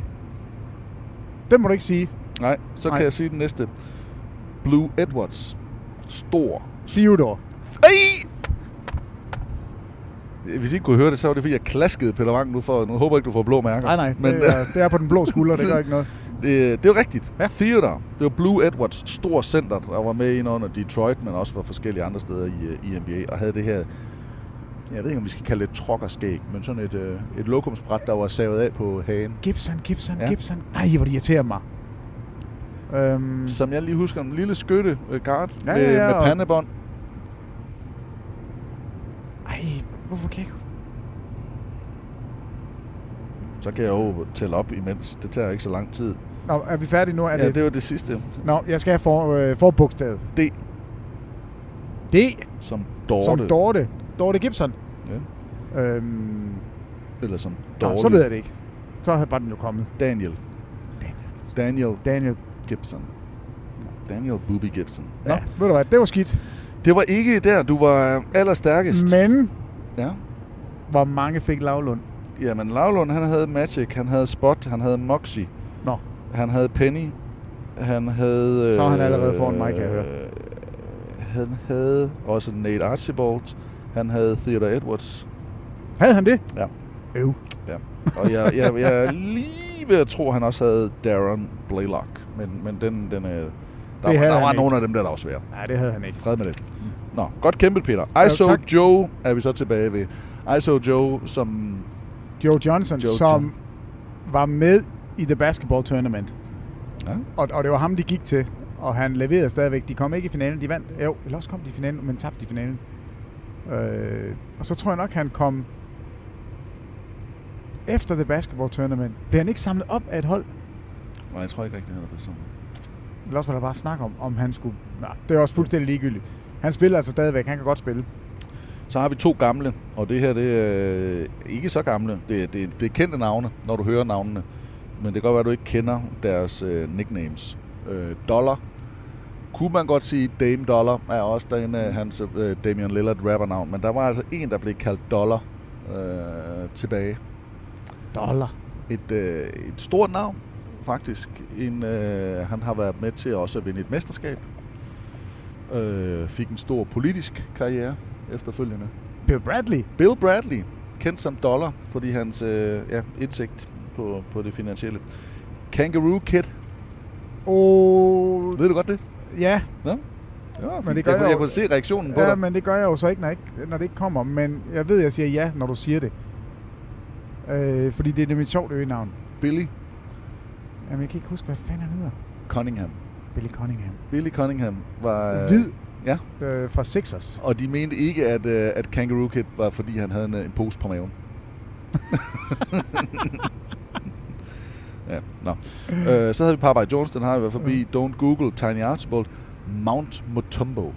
S7: den må du ikke sige.
S6: Nej, så
S7: Nej.
S6: kan jeg sige den næste. Blue Edwards. Stor.
S7: Theodore.
S6: Ej! Hvis I ikke kunne høre det, så var det fordi, jeg klaskede Peter Wang nu for... Nu håber jeg ikke, du får blå mærker.
S7: Nej, nej,
S6: Men,
S7: men, det, er, det er på den blå skulder, det gør ikke noget.
S6: Det, det er jo rigtigt. Ja. Theater. Det var Blue Edwards stor center, der var med ind under Detroit, men også fra forskellige andre steder i, øh, i NBA, og havde det her, jeg ved ikke, om vi skal kalde det et trokkerskæg, men sådan et, øh, et lokumsbræt, der var savet af på hagen.
S7: Gibson, Gibson,
S6: Ja.
S7: ja. Gibson. Nej, hvor de irriterer mig. Øhm,
S6: Som jeg lige husker, en lille skytte øh, guard
S7: Ja,
S6: med,
S7: ja, ja,
S6: med
S7: og-
S6: pandebånd.
S7: ej, hvorfor kan jeg ikke...
S6: Så kan jeg jo tælle op imens. Det tager ikke så lang tid.
S7: Nå, er vi færdige nu? Er
S6: Ja,
S7: det...
S6: det var det sidste.
S7: Nå, jeg skal have for, øh, forbogstavet.
S6: D.
S7: Det.
S6: Som Dorte.
S7: Som Dorte. Dorte Gibson.
S6: Ja.
S7: Øhm,
S6: Eller som
S7: Nå,
S6: Dorte.
S7: så ved jeg det ikke. Så havde bare den jo kommet.
S6: Daniel. Daniel.
S7: Daniel
S6: Gibson. Daniel Booby Gibson.
S7: Nå. Ja, ved du hvad, det var skidt.
S6: Det var ikke der, du var øh, allerstærkest.
S7: Men,
S6: ja.
S7: hvor mange fik Lavlund?
S6: Jamen, Lavlund, han havde Magic, han havde Spot, han havde Moxie.
S7: Nå.
S6: Han havde Penny. Han havde...
S7: Så er han allerede foran mig, kan jeg høre.
S6: øh, Han havde også Nate Archibald. Han havde Theodore Edwards.
S7: Havde han det?
S6: Ja.
S7: Øv.
S6: Ja. Og jeg, jeg, jeg er lige ved at tro, at han også havde Darren Blaylock. Men, men den, den, øh, der, var,
S7: havde
S6: der
S7: han
S6: var
S7: ikke.
S6: nogle af dem, der, der var svære.
S7: Nej, det havde han ikke.
S6: Fred med det. Nå, godt kæmpet, Peter.
S7: Ja,
S6: I so
S7: tak.
S6: Joe er vi så tilbage ved. I so Joe, som...
S7: Joe Johnson,
S6: Joe
S7: Joe som var med i The Basketball Tournament.
S6: Ja.
S7: Og, og det var ham, de gik til. Og han leverede stadigvæk. De kom ikke i finalen. De vandt. Jo, eller også kom de i finalen, men tabte i finalen. Øh, og så tror jeg nok, han kom efter The Basketball Tournament. Blev han ikke samlet op af et hold?
S6: Nej, jeg tror ikke rigtig, han er blevet sådan.
S7: Eller også var der bare snak om, om han skulle... Nej, det er også fuldstændig ligegyldigt. Han spiller altså stadigvæk. Han kan godt spille.
S6: Så har vi to gamle, og det her det er øh, ikke så gamle. Det, det, det er kendte navne, når du hører navnene. Men det kan godt være, at du ikke kender deres øh, nicknames. Øh, Dollar. Kunne man godt sige, Dame Dollar er også den, øh, hans øh, Damian Lillard rappernavn. Men der var altså en, der blev kaldt Dollar øh, tilbage.
S7: Dollar.
S6: Et, øh, et stort navn, faktisk. En, øh, han har været med til også at vinde et mesterskab. Øh, fik en stor politisk karriere efterfølgende.
S7: Bill Bradley.
S6: Bill Bradley, kendt som Dollar, fordi hans øh, ja, indsigt på, på det finansielle. Kangaroo Kid,
S7: Og...
S6: ved du godt det?
S7: Ja,
S6: Ja, ja
S7: Men
S6: fint.
S7: det gør
S6: jeg,
S7: jeg
S6: kunne, jeg
S7: jo-
S6: kunne se reaktionen på
S7: ja,
S6: dig.
S7: men det gør jeg jo så ikke når, ikke, når det ikke kommer. Men jeg ved, jeg siger ja, når du siger det. Øh, fordi det er nemlig et sjovt øgenavn.
S6: Billy
S7: Jamen, jeg kan ikke huske, hvad fanden han hedder.
S6: Cunningham.
S7: Billy Cunningham.
S6: Billy Cunningham var... øh,
S7: Hvid
S6: Ja,
S7: øh, fra Sixers.
S6: og de mente ikke, at, øh, at Kangaroo Kid var, fordi han havde en, øh, en pose på maven. ja, nå. Øh, så havde vi Popeye Jones, den har jeg været forbi. Don't Google, Tiny Archibald, Mount Mutombo.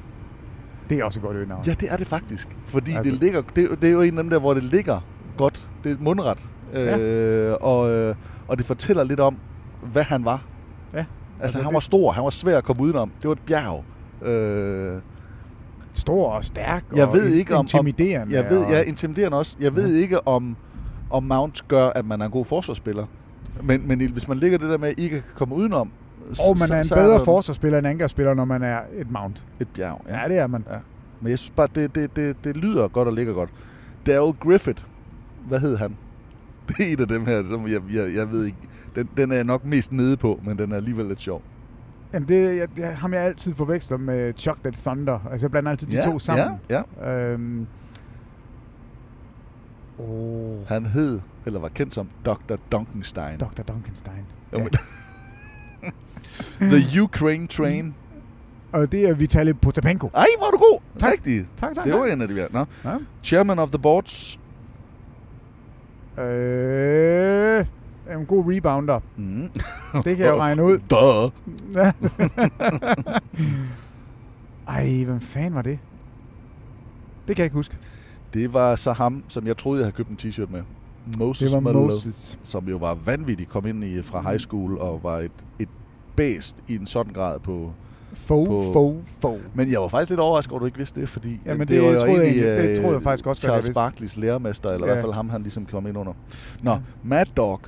S7: Det er også et godt øgenavn.
S6: Ja, det er det faktisk. Fordi
S7: Altså-
S6: altså. det, ligger, det, det er jo en af dem der, hvor det ligger godt. Det er mundret.
S7: Ja.
S6: Øh, og, øh, og det fortæller lidt om, hvad han var.
S7: ja.
S6: Altså,
S7: det-
S6: han var stor. Han var svær at komme udenom. Det var et bjerg. Øh,
S7: Stor og stærk
S6: jeg
S7: og
S6: ved
S7: in-
S6: ikke om... Om,
S7: intimiderende.
S6: jeg ved,
S7: og, Mhm.
S6: ja, intimiderende også. Jeg ved ikke, om, om Mount gør, at man er en god forsvarsspiller. Men, men hvis man ligger det der med, at I ikke kan komme udenom...
S7: og man er en bedre
S6: der
S7: forsvarsspiller end angrebsspiller, når man er et mount.
S6: Et bjerg.
S7: Ja, det er man.
S6: Ja. Men jeg synes bare, det, det, det, det lyder godt og ligger godt. Daryl Griffith, hvad hed han? Det er en af dem her, som jeg, jeg, jeg ved ikke. Den, den er jeg nok mest nede på, men den er alligevel lidt sjov.
S7: Jamen, det, jeg, det, ham jeg altid forveksler med Chocolate Thunder. Altså, jeg blander altid de
S6: Ja,
S7: to sammen.
S6: ja,
S7: ja. Øhm, oh,
S6: Han hed, eller var kendt som, Dr. Dunkenstein.
S7: Dr. Duncanstein.
S6: Ja. The Ukraine Train.
S7: Og det er Vitaly Potapenko.
S6: Ej, hvor er du god! Tak. Rigtig.
S7: Tak, tak,
S6: Det var
S7: tak.
S6: en af de her. Nå.
S7: Ja.
S6: Chairman of the Boards.
S7: Øh, er en god rebounder.
S6: Mm.
S7: Det kan jeg jo regne ud.
S6: Duh.
S7: Ja. Ej, hvem fanden var det? Det kan jeg ikke huske.
S6: Det var så ham, som jeg troede, jeg havde købt en t-shirt med. Moses
S7: Det var
S6: Malone,
S7: Moses.
S6: som jo var vanvittig, kom ind i fra high school og var et, et bæst i en sådan grad på...
S7: Fo,
S6: På-
S7: fo, fo.
S6: Men jeg var faktisk lidt overrasket over, at du ikke vidste det, fordi
S7: Jamen,
S6: at
S7: det
S6: var jo
S7: troede jeg
S6: egentlig,
S7: egentlig- det
S6: øh,
S7: troede jeg faktisk godt, at jeg
S6: Charles
S7: vidste.
S6: Barkley's lærermester, eller i
S7: Ja.
S6: hvert fald ham, han ligesom kom ind under. Nå, Mad Dog.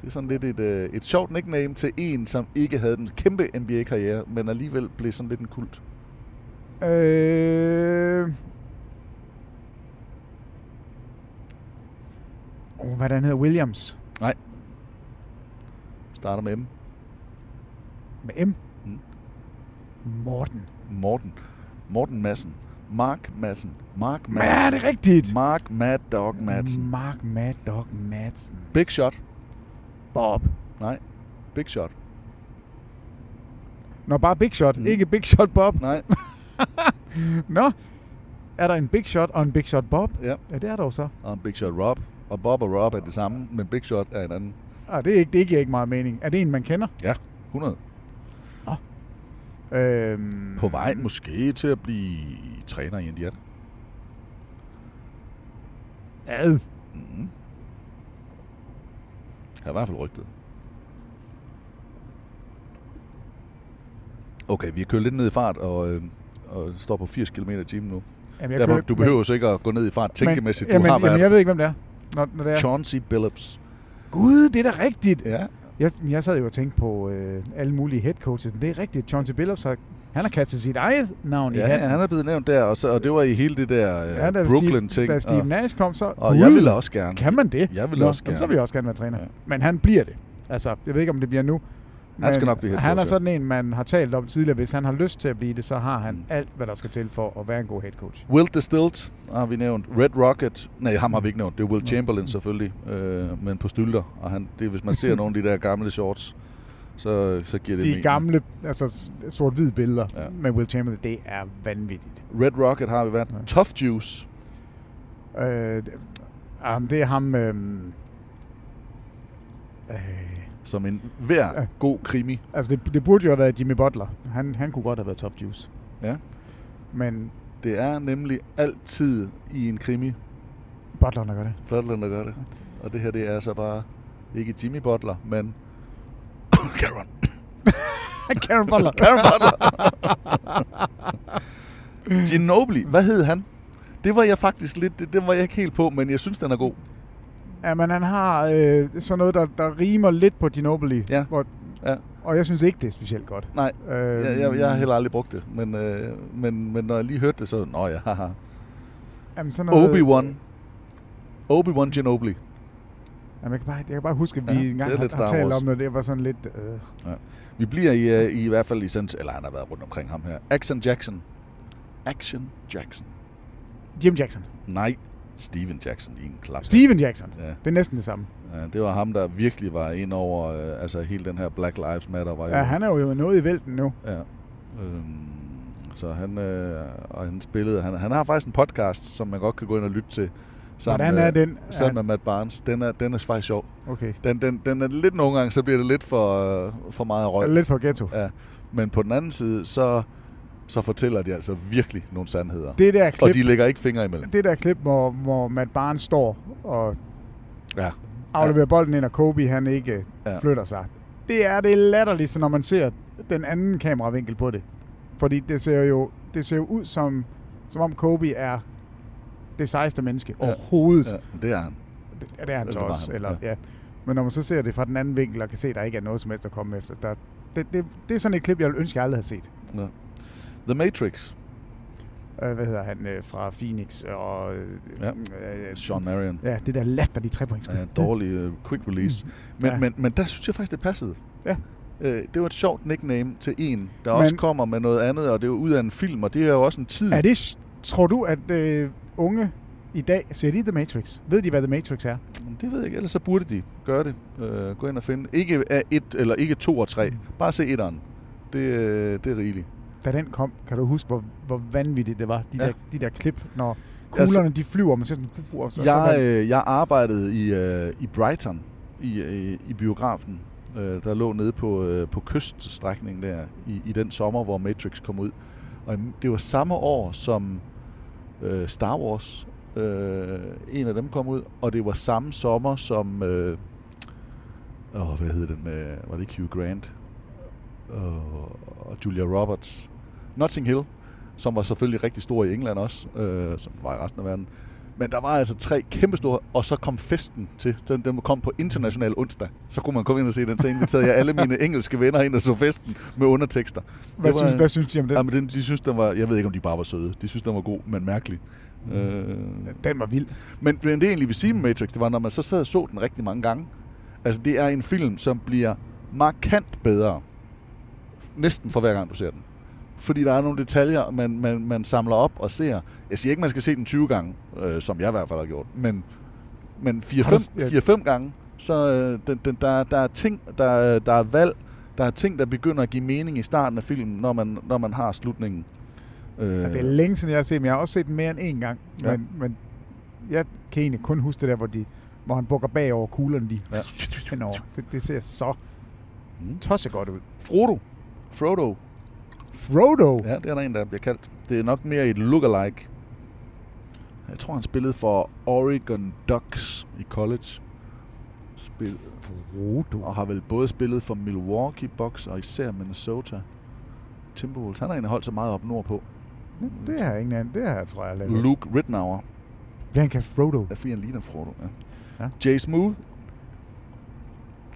S6: Det er sådan lidt et, øh, et sjovt nickname til en, som ikke havde den kæmpe NBA-karriere, men alligevel blev sådan lidt en kult.
S7: Øh... Oh, hvad er det, han hedder? Williams.
S6: Nej. Starter med M.
S7: Med M.
S6: Mm.
S7: Morten.
S6: Morten. Morten Madsen. Mark Madsen. Mark
S7: Ja,
S6: Madsen.
S7: det er rigtigt. Mm.
S6: Mark Mad Dog Madsen.
S7: Mark Mad Dog Madsen.
S6: Big Shot.
S7: Bob.
S6: Nej. Big Shot.
S7: Nå, bare Big Shot. Mm. Ikke Big Shot Bob.
S6: Nej.
S7: Nå, er der en Big Shot og en Big Shot Bob?
S6: Ja.
S7: Ja, det er der jo så.
S6: Og en Big Shot Rob. Og Bob og Rob er det samme, men Big Shot er en anden.
S7: Ah, det, er ikke, det giver ikke meget mening. Er det en, man kender?
S6: Ja. 100.
S7: Øhm,
S6: På vejen måske til at blive træner i Indiana.
S7: Ad.
S6: Mm. Jeg i hvert fald rygtet. Okay, vi har kørt lidt ned i fart og, øh, og står på 80 km i timen nu.
S7: Jamen, jeg
S6: Derfor,
S7: kører-
S6: du behøver
S7: men-
S6: så ikke at gå ned i fart tænkemæssigt.
S7: men, jamen,
S6: du har
S7: jamen,
S6: været
S7: jeg ved ikke, hvem det er. Når, når det er.
S6: Chauncey Billups.
S7: Gud, det er da rigtigt.
S6: Ja.
S7: Jeg, jeg sad jo og tænkte på øh, alle mulige headcoaches. Det er rigtigt. Chauncey Billups har, han har kastet sit eget navn i
S6: Ja,
S7: hatten.
S6: han er blevet nævnt der, og, så, og det var i hele det der øh,
S7: Ja, da Steve,
S6: Brooklyn-ting.
S7: Da Steve
S6: og-
S7: Nash kom, så...
S6: Og
S7: Gud,
S6: jeg ville også gerne.
S7: Kan man det?
S6: Jeg ville
S7: Nå,
S6: også
S7: jamen, Så
S6: gerne.
S7: vil jeg også gerne være træner. Ja. Men han bliver det. Altså, jeg ved ikke, om det bliver nu.
S6: Han skal
S7: men
S6: nok blive head
S7: Han er
S6: coach, ja.
S7: sådan en, man har talt om tidligere. Hvis han har lyst til at blive det, så har
S6: Mm.
S7: han alt, hvad der skal til for at være en god head coach.
S6: Will Distilled har vi nævnt. Red Rocket. Nej, ham har vi ikke nævnt. Det er Will Chamberlain selvfølgelig. Øh, men på stylter. Og han, det, er, hvis man ser nogle af de der gamle shorts, så, så giver det
S7: De
S6: mening.
S7: gamle, altså s- sort-hvide billeder ja. med Will Chamberlain, det er vanvittigt.
S6: Red Rocket har vi været. Ja. Tough Juice.
S7: Øh, det, ah, det er ham... Øh,
S6: Som en hver ja. god krimi.
S7: altså, det, det burde jo have været Jimmy Butler. Han, han kunne godt have været top juice.
S6: Ja.
S7: Men
S6: Det er nemlig altid i en krimi.
S7: Butler, der gør det.
S6: Butler, der gør det. Og det her, det er så bare ikke Jimmy Butler, men Karen.
S7: Karen Butler.
S6: Karen Butler. Ginobili. Hvad hed han? Det var jeg faktisk lidt, det, den var jeg ikke helt på, men jeg synes, den er god.
S7: Ja, men han har øh, sådan noget, der, der rimer lidt på Ginobili.
S6: Ja.
S7: Hvor,
S6: ja.
S7: Og jeg synes ikke, det er specielt godt.
S6: Nej, øhm. jeg, jeg, jeg har heller aldrig brugt det, men, øh, men, men når jeg lige hørte det, så nå ja, haha.
S7: Jamen, sådan noget,
S6: Obi-Wan. Obi-Wan Ginobili.
S7: Jamen, jeg, kan bare, jeg kan bare huske, at vi
S6: Ja,
S7: ja, engang
S6: det er lidt
S7: har, har
S6: Star
S7: talt
S6: Wars.
S7: om det. Det var sådan lidt... Øh.
S6: Ja. Vi bliver i, øh, i, i hvert fald i sådan, eller han har været rundt omkring ham her. Action Jackson. Action Jackson.
S7: Jim Jackson.
S6: Nej, Steven Jackson i en klap.
S7: Steven Jackson.
S6: Ja.
S7: Det er næsten det samme.
S6: Ja, det var ham, der virkelig var ind over øh, altså hele den her Black Lives Matter. Var jo,
S7: Ja, han er jo noget i vælten nu.
S6: Ja. Øhm, så han, øh, og han spillede, han, han har faktisk en podcast, som man godt kan gå ind og lytte til.
S7: Hvordan er
S6: med,
S7: den?
S6: Sammen
S7: Er-
S6: med Matt Barnes. Den er, den er faktisk sjov.
S7: Okay.
S6: Den, den, den er lidt nogle gange, så bliver det lidt for, øh, for meget røg.
S7: Lidt for ghetto.
S6: Ja. Men på den anden side, så, så fortæller de altså virkelig nogle sandheder.
S7: Det der klip-
S6: Og de lægger ikke fingre imellem.
S7: Det der klip, hvor, hvor Matt Barnes står og
S6: Ja.
S7: afleverer ja. bolden ind, og Kobe han ikke
S6: Ja.
S7: ja. flytter sig. Det er det latterligste, når man ser den anden kameravinkel på det. Fordi det ser jo det ser jo ud som, som om Kobe er det sejeste menneske ja. overhovedet.
S6: Ja, det er han.
S7: Ja, det er han
S6: Det
S7: så
S6: var
S7: også.
S6: han,
S7: Eller,
S6: ja.
S7: ja. Men når man så ser det fra den anden vinkel, og kan se, at der ikke er noget som helst at komme efter, der, det, det, det er sådan et klip, jeg ville ønske, jeg aldrig havde set.
S6: Ja. The Matrix.
S7: Øh, hvad hedder han? Øh, fra Phoenix og... Øh,
S6: Ja. Sean Marion.
S7: Ja, det der latterlige trepointsspil.
S6: Ja, dårlig uh, quick release. Men, ja. men, men der synes jeg faktisk, det passede.
S7: Mm. Ja.
S6: Øh, det var et sjovt nickname til en, der men,
S7: Men-
S6: også kommer med noget andet, og det er jo ud af en film, og det er jo også en tid.
S7: Er det, tror du, at øh, unge i dag ser de The Matrix? Ved de, hvad The Matrix er?
S6: Det ved jeg ikke, ellers så burde de gøre det. Øh, gå ind og finde. Ikke af et, eller ikke to og tre. Bare se etteren. Det, øh, det er rigeligt.
S7: Da den kom, kan du huske, hvor, hvor vanvittigt det var, de,
S6: Ja.
S7: ja. der, de der klip, når
S6: Altså-
S7: kuglerne de flyver, man ser sådan... Uh, og så,
S6: Jeg,
S7: så
S6: øh, jeg arbejdede i, øh, i Brighton, i, øh, i biografen, øh, der lå nede på, øh, på kyststrækningen der, i, i den sommer, hvor Matrix kom ud. Og i- det var samme år, som øh, Star Wars, øh, en af dem kom ud, og det var samme sommer, som... Øh, åh, hvad hed den med... Var det ikke Hugh Grant? og, og Julia Roberts. Notting Hill, som var selvfølgelig rigtig stor i England også, øh, som var i resten af verden. Men der var altså tre kæmpe store, og så kom festen til. Den, den kom på international onsdag. Så kunne man komme ind og se den, så inviterede jeg alle mine engelske venner ind og så festen med undertekster.
S7: Hvad
S6: Det
S7: synes- hvad synes de om det?
S6: Jamen, den, de synes, den var, jeg ved ikke, om de bare var søde. De synes, den var god, men mærkelig. Øh,
S7: den var vild.
S6: Men, men det, jeg egentlig vil sige med Matrix, det var, når man så sad og så den rigtig mange gange. Altså, det er en film, som bliver markant bedre næsten for hver gang, du ser den. Fordi der er nogle detaljer, man, man, man samler op og ser. Jeg siger ikke, man skal se den 20 gange, øh, som jeg i hvert fald har gjort, men, men
S7: Har du- ja.
S6: 4-5 gange, så øh, den, den, der, der er ting, der, der er valg, der er ting, der begynder at give mening i starten af filmen, når man, når man har slutningen. Øh,
S7: Ja, det er længe siden, jeg har set dem. Jeg har også set den mere end én gang.
S6: Ja.
S7: Ja. Men, men jeg kan egentlig kun huske det der, hvor, de, hvor han bukker bagover og kuglerne. De
S6: Ja. Mm.
S7: henover. Det, det ser så tosset godt ud.
S6: Frodo. Frodo.
S7: Frodo?
S6: Ja, det er der en, der bliver kaldt. Det er nok mere et lookalike. Jeg tror, han spillede for Oregon Ducks i college. Spil Frodo. Og har vel både spillet for Milwaukee Bucks og især Minnesota Timberwolves. Han har egentlig holdt sig meget op nordpå.
S7: Det har jeg ingen anden. Det har jeg, tror jeg, lavet.
S6: Luke Rittenauer.
S7: Bliver han kaldt Frodo?
S6: Ja, fordi han ligner Frodo, ja. ja. Jay Smooth.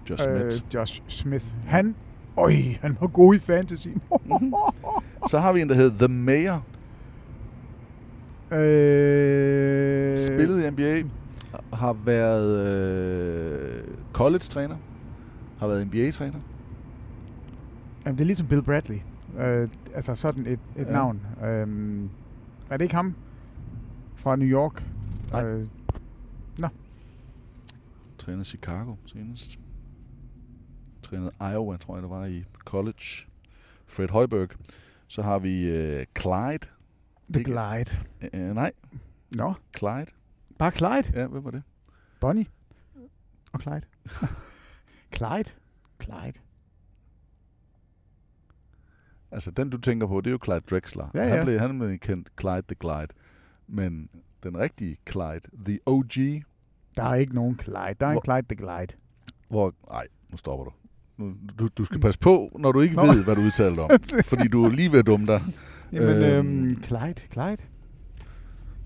S6: Josh Smith.
S7: Øh, Josh Smith. Han, øj, han var god i fantasy.
S6: Så har vi en, der hedder The Mayor.
S7: øh,
S6: Spillet i NBA. Har været øh, college-træner. Har været NBA-træner.
S7: Jamen, det er ligesom Bill Bradley. Øh, altså sådan et, et
S6: Ja.
S7: ja. navn. Øh, er det ikke ham fra New York?
S6: Nej.
S7: Øh, nå.
S6: Trænet Chicago senest. Trænet Iowa, tror jeg, det var i college. Fred Højberg. Så har vi øh, Clyde.
S7: The Glide.
S6: Øh, nej.
S7: Nå,
S6: Clyde.
S7: bare Clyde.
S6: Ja, hvem var det?
S7: Bonnie. Og Clyde. Clyde. Clyde.
S6: Altså, den du tænker på, det er jo Clyde Drexler.
S7: Ja,
S6: Han
S7: ja.
S6: blev, han blev kendt Clyde the Glide. Men den rigtige Clyde, the OG,
S7: Der er ikke nogen Clyde. Der er en Clyde the Glide.
S6: hvor... Nej, nu stopper du. Nu, du, du skal passe på, når du ikke
S7: Mm. Nå.
S6: ved, hvad du udtaler dig om. fordi du er lige ved at dumme dig.
S7: Jamen,
S6: Øhm.
S7: øhm, Clyde, Clyde.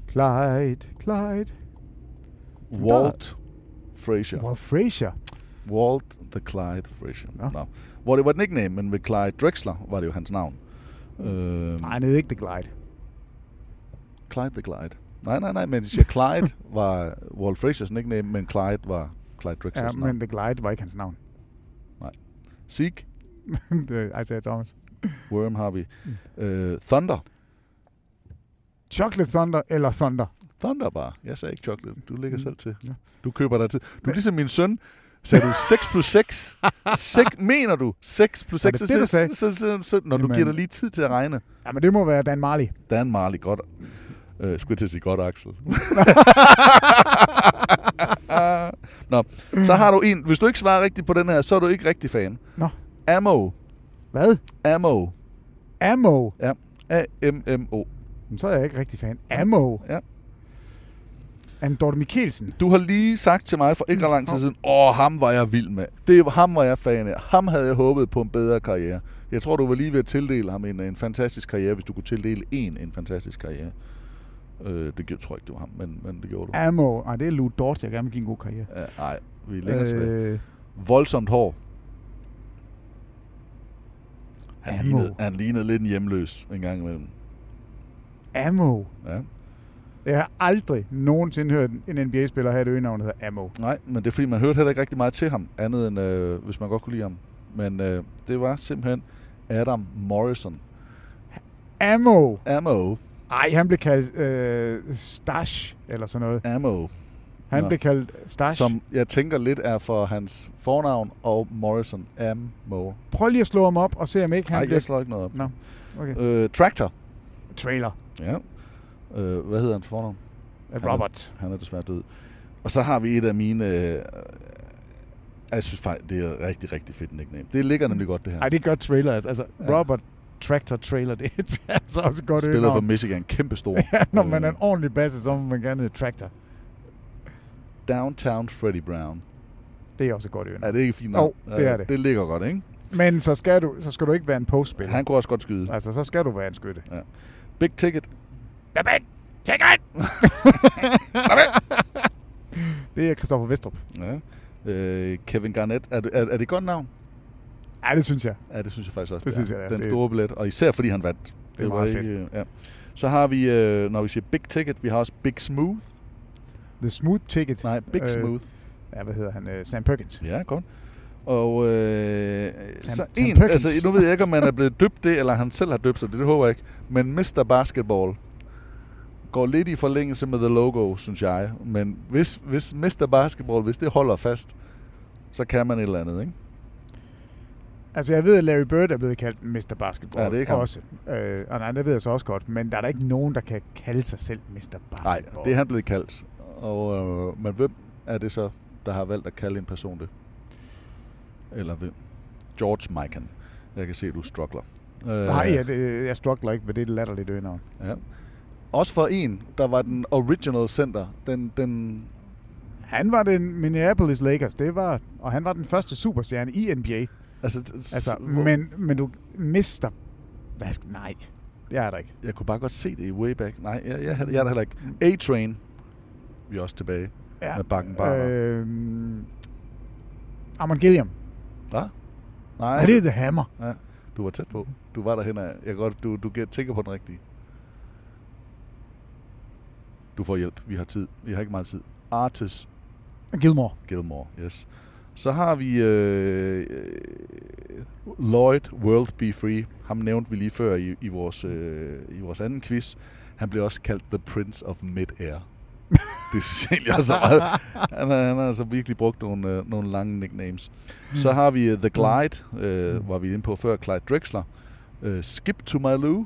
S7: Clyde, Clyde.
S6: Walt Frazier.
S7: Walt Frazier.
S6: Walt the Clyde Frazier.
S7: Nå.
S6: Nå. Hvor det var et nickname, men ved Clyde Drexler var det jo hans navn. Øh,
S7: Mm. Nej, han hed ikke The Glide.
S6: Clyde the Glide. Nej, nej, nej, men de siger Clyde var Walt Fraziers nickname, men Clyde var Clyde
S7: Ja,
S6: Drexlers navn.
S7: men The Glide var ikke hans navn.
S6: Nej. Zeke,
S7: det er Isaiah Thomas.
S6: Worm har vi.
S7: Mm.
S6: Øh, Thunder.
S7: Chocolate Thunder eller Thunder?
S6: Thunder bare. Jeg sagde ikke chocolate. Du ligger selv til.
S7: Mm. Ja.
S6: Du køber dig til. Du er ligesom min søn. Sagde du 6 plus 6? Sek, mener du 6 plus 6?
S7: det det, du sagde?
S6: Så, så, så, når du
S7: Jamen.
S6: giver dig lige tid til at regne.
S7: Ja, men det må være Dan Marley.
S6: Dan Marley, godt. Øh, skulle jeg til at sige godt, Axel. Nå, så har du en. Hvis du ikke svarer rigtigt på den her, så er du ikke rigtig fan.
S7: Nå.
S6: Ammo.
S7: Hvad?
S6: Ammo.
S7: Ammo.
S6: Ja. A-M-M-O.
S7: Jamen, så er jeg ikke rigtig fan. Ammo.
S6: Ja.
S7: Andorte Mikkelsen.
S6: Du har lige sagt til mig for ikke ret lang tid siden, åh, ham var jeg vild med. Det var ham var jeg fan af. Ham havde jeg håbet på en bedre karriere. Jeg tror, du var lige ved at tildele ham en, en fantastisk karriere, hvis du kunne tildele en en fantastisk karriere. Øh, det gjorde, tror jeg ikke, det var ham, men, men det gjorde du.
S7: Ammo. Nej, det er Lou Dort, jeg gerne vil give en god karriere.
S6: Ja, nej, vi er længere øh, tilbage.
S7: Øh,
S6: Voldsomt hår. Han
S7: Ammo.
S6: lignede, han lignede lidt en hjemløs en gang imellem.
S7: Ammo.
S6: Ja.
S7: Jeg har aldrig nogensinde hørt en NBA-spiller have et øgenavn, der hedder Ammo.
S6: Nej, men det er fordi, man hørte heller ikke rigtig meget til ham, andet end øh, hvis man godt kunne lide ham. Men øh, det var simpelthen Adam Morrison.
S7: Ammo.
S6: Ammo.
S7: Ej, han blev kaldt øh, Stash, eller sådan noget.
S6: Ammo.
S7: Han
S6: Nå.
S7: blev kaldt Stash. Som...
S6: Som jeg tænker lidt er for hans fornavn og Morrison. Ammo.
S7: Prøv lige at slå ham op og se, om ikke han
S6: Nej,
S7: bliver...
S6: jeg slår ikke noget op.
S7: Nå, okay.
S6: Øh, Tractor.
S7: Trailer
S6: Ja. Øh, hvad hedder hans fornavn?
S7: af
S6: Han
S7: Øh,
S6: er-
S7: Robert.
S6: Han er desværre død. Og så har vi et af mine... Øh, jeg synes faktisk, det er rigtig, rigtig fedt nickname. Det ligger nemlig godt, det her.
S7: Nej, det er godt trailer. Altså, altså
S6: Ja.
S7: ja. Robert Tractor Trailer, det er altså også godt
S6: Spiller for
S7: øgenavn.
S6: Michigan. Øh, Kæmpe stor.
S7: Ja, når man er en ordentlig basse, så må man gerne hedde Tractor.
S6: Downtown Freddy Brown.
S7: Det er også et godt
S6: Er
S7: øgenavn.
S6: det ikke fint
S7: Jo,
S6: nok?
S7: det er det.
S6: Det ligger godt, ikke?
S7: Men så skal, du, så skal du ikke være en postspiller.
S6: Han kunne også godt skyde.
S7: Altså, så skal du være en skytte.
S6: Ja. Big Ticket.
S7: Jamen, tjek ind! Det er Christoffer Vestrup.
S6: Ja. Øh, Kevin Garnett. Er, det- er, er det et godt navn?
S7: Ja, det synes jeg.
S6: Ja, det synes jeg faktisk også,
S7: Det synes
S6: er.
S7: jeg, ja.
S6: Den
S7: Det-
S6: store billet. Og især fordi han vandt. Det,
S7: er meget
S6: fedt. Ja. Så har vi, øh, når vi siger Big Ticket, vi har også Big Smooth.
S7: The Smooth Ticket.
S6: Nej, Big øh, Smooth.
S7: Ja, hvad hedder han? Øh, Sam Perkins.
S6: Ja, godt. Og øh,
S7: Sam-
S6: så
S7: Sam
S6: en,
S7: Perkins.
S6: altså, nu ved jeg ikke, om man er blevet døbt det, eller han selv har døbt sig det, det håber jeg ikke. Men Mr. Basketball går lidt i forlængelse med The Logo, synes jeg. Men hvis, hvis Mr. Basketball, hvis det holder fast, så kan man et eller andet, ikke?
S7: Altså, jeg ved, at Larry Bird er blevet kaldt Mr. Basketball.
S6: Ja, det er ikke ham.
S7: Også. Øh, og nej, det ved jeg så også godt. Men der er da ikke nogen, der kan kalde sig selv Mr.
S6: Nej,
S7: Basketball.
S6: det er han blevet kaldt. Og, øh, men hvem er det så, der har valgt at kalde en person det? Eller hvem? George Mikan. Jeg kan se, at du struggler. Øh,
S7: Nej, jeg, det- jeg struggler ikke med det latterlige øgenavn.
S6: Ja. Også for en, der var den original center. Den, den
S7: han var den Minneapolis Lakers, det var, og han var den første superstjerne i NBA.
S6: Altså,
S7: altså men, men du mister... Hvad, skal- nej, det er der ikke.
S6: Jeg kunne bare godt se det i way back. Nej, jeg, jeg, jeg er der heller ikke. A-Train. Vi er også tilbage ja. med Bakken Barber.
S7: Øh, Armand Gilliam.
S6: Hvad?
S7: Er det The Hammer?
S6: Ja, du var tæt på. Du var derhen af. Jeg kan godt, du, du gæt- tænker på den rigtige. Du får hjælp. Vi har tid. Vi har ikke meget tid. Artis
S7: Gilmore.
S6: Gilmore, yes. Så har vi øh, øh, Lloyd World Be Free. Ham nævnte vi lige før i, i, vores, øh, i vores anden quiz. Han blev også kaldt The Prince of Mid-Air. det synes jeg egentlig også er meget. Han har, han har altså virkelig brugt nogle, øh, nogle lange nicknames. Så har vi øh, The Glide, øh, var vi inde på før, Clyde Drexler. Øh, Skip to my Lou.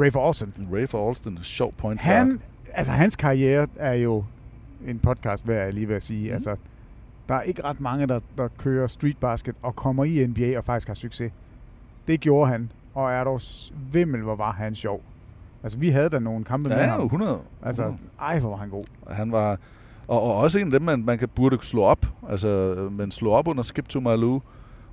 S7: Ray for Alston.
S6: Ray for Alston, sjov point.
S7: Han, altså hans karriere er jo en podcast værd, er jeg lige ved at sige. Mm. Altså, der er ikke ret mange, der, der kører streetbasket og kommer i NBA og faktisk har succes. Det gjorde han, og er dog svimmel, hvor var han er sjov. Altså, vi havde da nogle kampe
S6: Ja,
S7: med
S6: ja,
S7: ham.
S6: 100.
S7: Altså,
S6: 100.
S7: ej, hvor var han god.
S6: Han var, og, og også en af dem, man, man kan, burde slå op. Altså, øh, men slå op under Skip to my Lou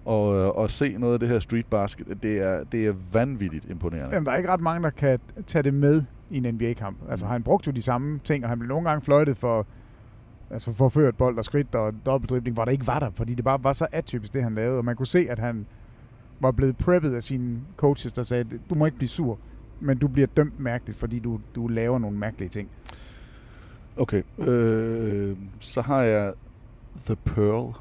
S6: og, øh, og se noget af det her street basket. Det er, det er vanvittigt imponerende.
S7: Jamen, der er ikke ret mange, der kan tage det med i en NBA-kamp. Altså, han brugte jo de samme ting, og han blev nogle gange fløjtet for altså forført bold og skridt og dobbeltdribling, hvor der ikke var der, fordi det bare var så atypisk, det han lavede. Og man kunne se, at han var blevet preppet af sine coaches, der sagde, du må ikke blive sur, men du bliver dømt mærkeligt, fordi du, du laver nogle mærkelige ting.
S6: Okay, øh, så har jeg The Pearl.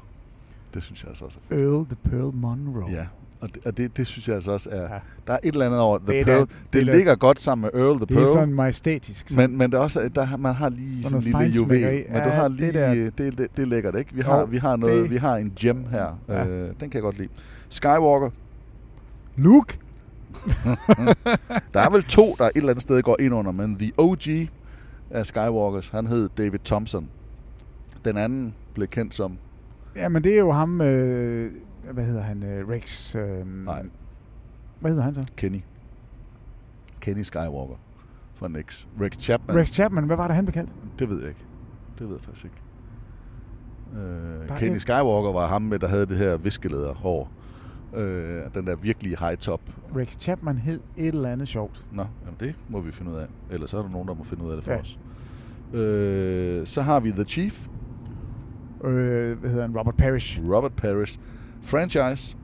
S6: Det synes jeg altså også er fedt.
S7: Earl the Pearl Monroe.
S6: Ja, og det, og det, det synes jeg altså også er... Ja. Der er et eller andet over The
S7: Det er
S6: Pearl.
S7: da-
S6: det,
S7: det er da-
S6: ligger godt sammen med Earl The
S7: Det er
S6: Pearl.
S7: sådan majestætisk.
S6: Men, men der er også, der, har- man har lige
S7: Og
S6: sådan en
S7: noget
S6: lille juvel.
S7: feinschmeckeri.
S6: Men du
S7: Ja,
S6: har
S7: det
S6: lige... Det,
S7: der.
S6: det, det, det er lækkert, ikke? Vi
S7: Jo,
S6: har, vi har, noget,
S7: det-
S6: vi har en gem her. Ja.
S7: Ja.
S6: Øh, den kan jeg godt lide. Skywalker.
S7: Luke.
S6: der er vel to, der et eller andet sted går ind under, men The OG af Skywalkers, han hed David Thompson. Den anden blev kendt som
S7: Ja, men det er jo ham, øh, hvad hedder han, øh, Rex... Øh, Nej. Hvad hedder han så?
S6: Kenny. Kenny Skywalker fra Nix. Rex Chapman.
S7: Rex Chapman, hvad var det, han blev kaldt?
S6: Det ved jeg ikke. Det ved jeg faktisk ikke. Øh,
S7: Der er
S6: Kenny
S7: en-
S6: Skywalker var ham, med, der havde det her viskelederhår. Øh, den der virkelig high top.
S7: Rex Chapman hed et eller andet sjovt.
S6: Nå, jamen det må vi finde ud af. Ellers så er der nogen, der må finde ud af det for ja.
S7: Ja.
S6: os. Øh, så har vi The Chief.
S7: Øh, hvad hedder han? Robert Parrish.
S6: Robert Parrish. Franchise.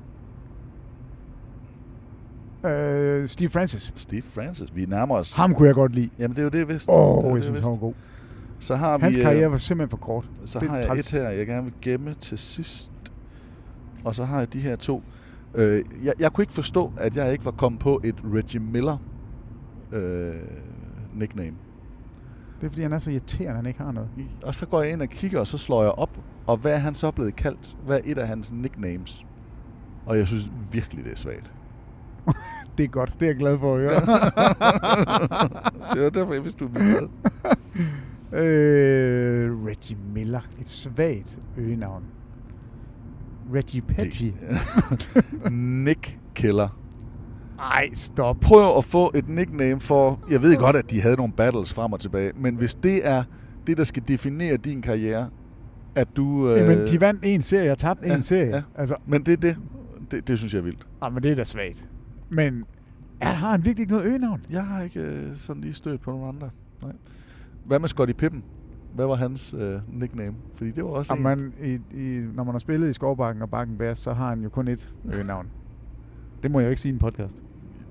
S7: Øh, Steve Francis.
S6: Steve Francis. Vi nærmer os.
S7: Ham kunne jeg godt lide.
S6: Jamen det er jo det, jeg vidste.
S7: Åh,
S6: det er jo
S7: jeg
S6: det,
S7: synes,
S6: vidste.
S7: han var god.
S6: Så har
S7: Hans
S6: vi, øh,
S7: karriere var simpelthen for kort.
S6: Så
S7: Det er
S6: har jeg
S7: træls.
S6: et her, jeg gerne vil gemme til sidst. Og så har jeg de her to. Øh, jeg, jeg kunne ikke forstå, at jeg ikke var kommet på et Reggie Miller øh, nickname.
S7: Det er, fordi han er så irriterende, han ikke har noget.
S6: Og så går jeg ind og kigger, og så slår jeg op. Og hvad er han så blevet kaldt? Hvad er et af hans nicknames? Og jeg synes virkelig, det er svagt.
S7: Det er godt. Det er jeg glad for at høre.
S6: det var derfor, jeg vidste, du ville med.
S7: øh, Reggie Miller. Et svagt øgenavn. Reggie Pepsi.
S6: Nick Killer.
S7: Ej, stop.
S6: Prøv at få et nickname for... Jeg ved godt, at de havde nogle battles frem og tilbage, men hvis det er det, der skal definere din karriere, at du... Øh,
S7: Jamen, de vandt en serie og tabte
S6: Ja,
S7: ja, en serie.
S6: ja.
S7: Ja. Altså,
S6: Men det er det. det. Det synes jeg er vildt.
S7: ah, men det er da svagt. Men er, har han virkelig ikke noget øgenavn?
S6: Jeg har ikke øh, sådan lige stødt på nogen andre. Nej. Hvad med Scotty Pippen? Hvad var hans øh, nickname? Fordi det var også
S7: Og
S6: en...
S7: man, i, i, når man har spillet i Skovbakken og Bakken Bærs, så har han jo kun ét øgenavn. det må jeg jo ikke sige i en podcast.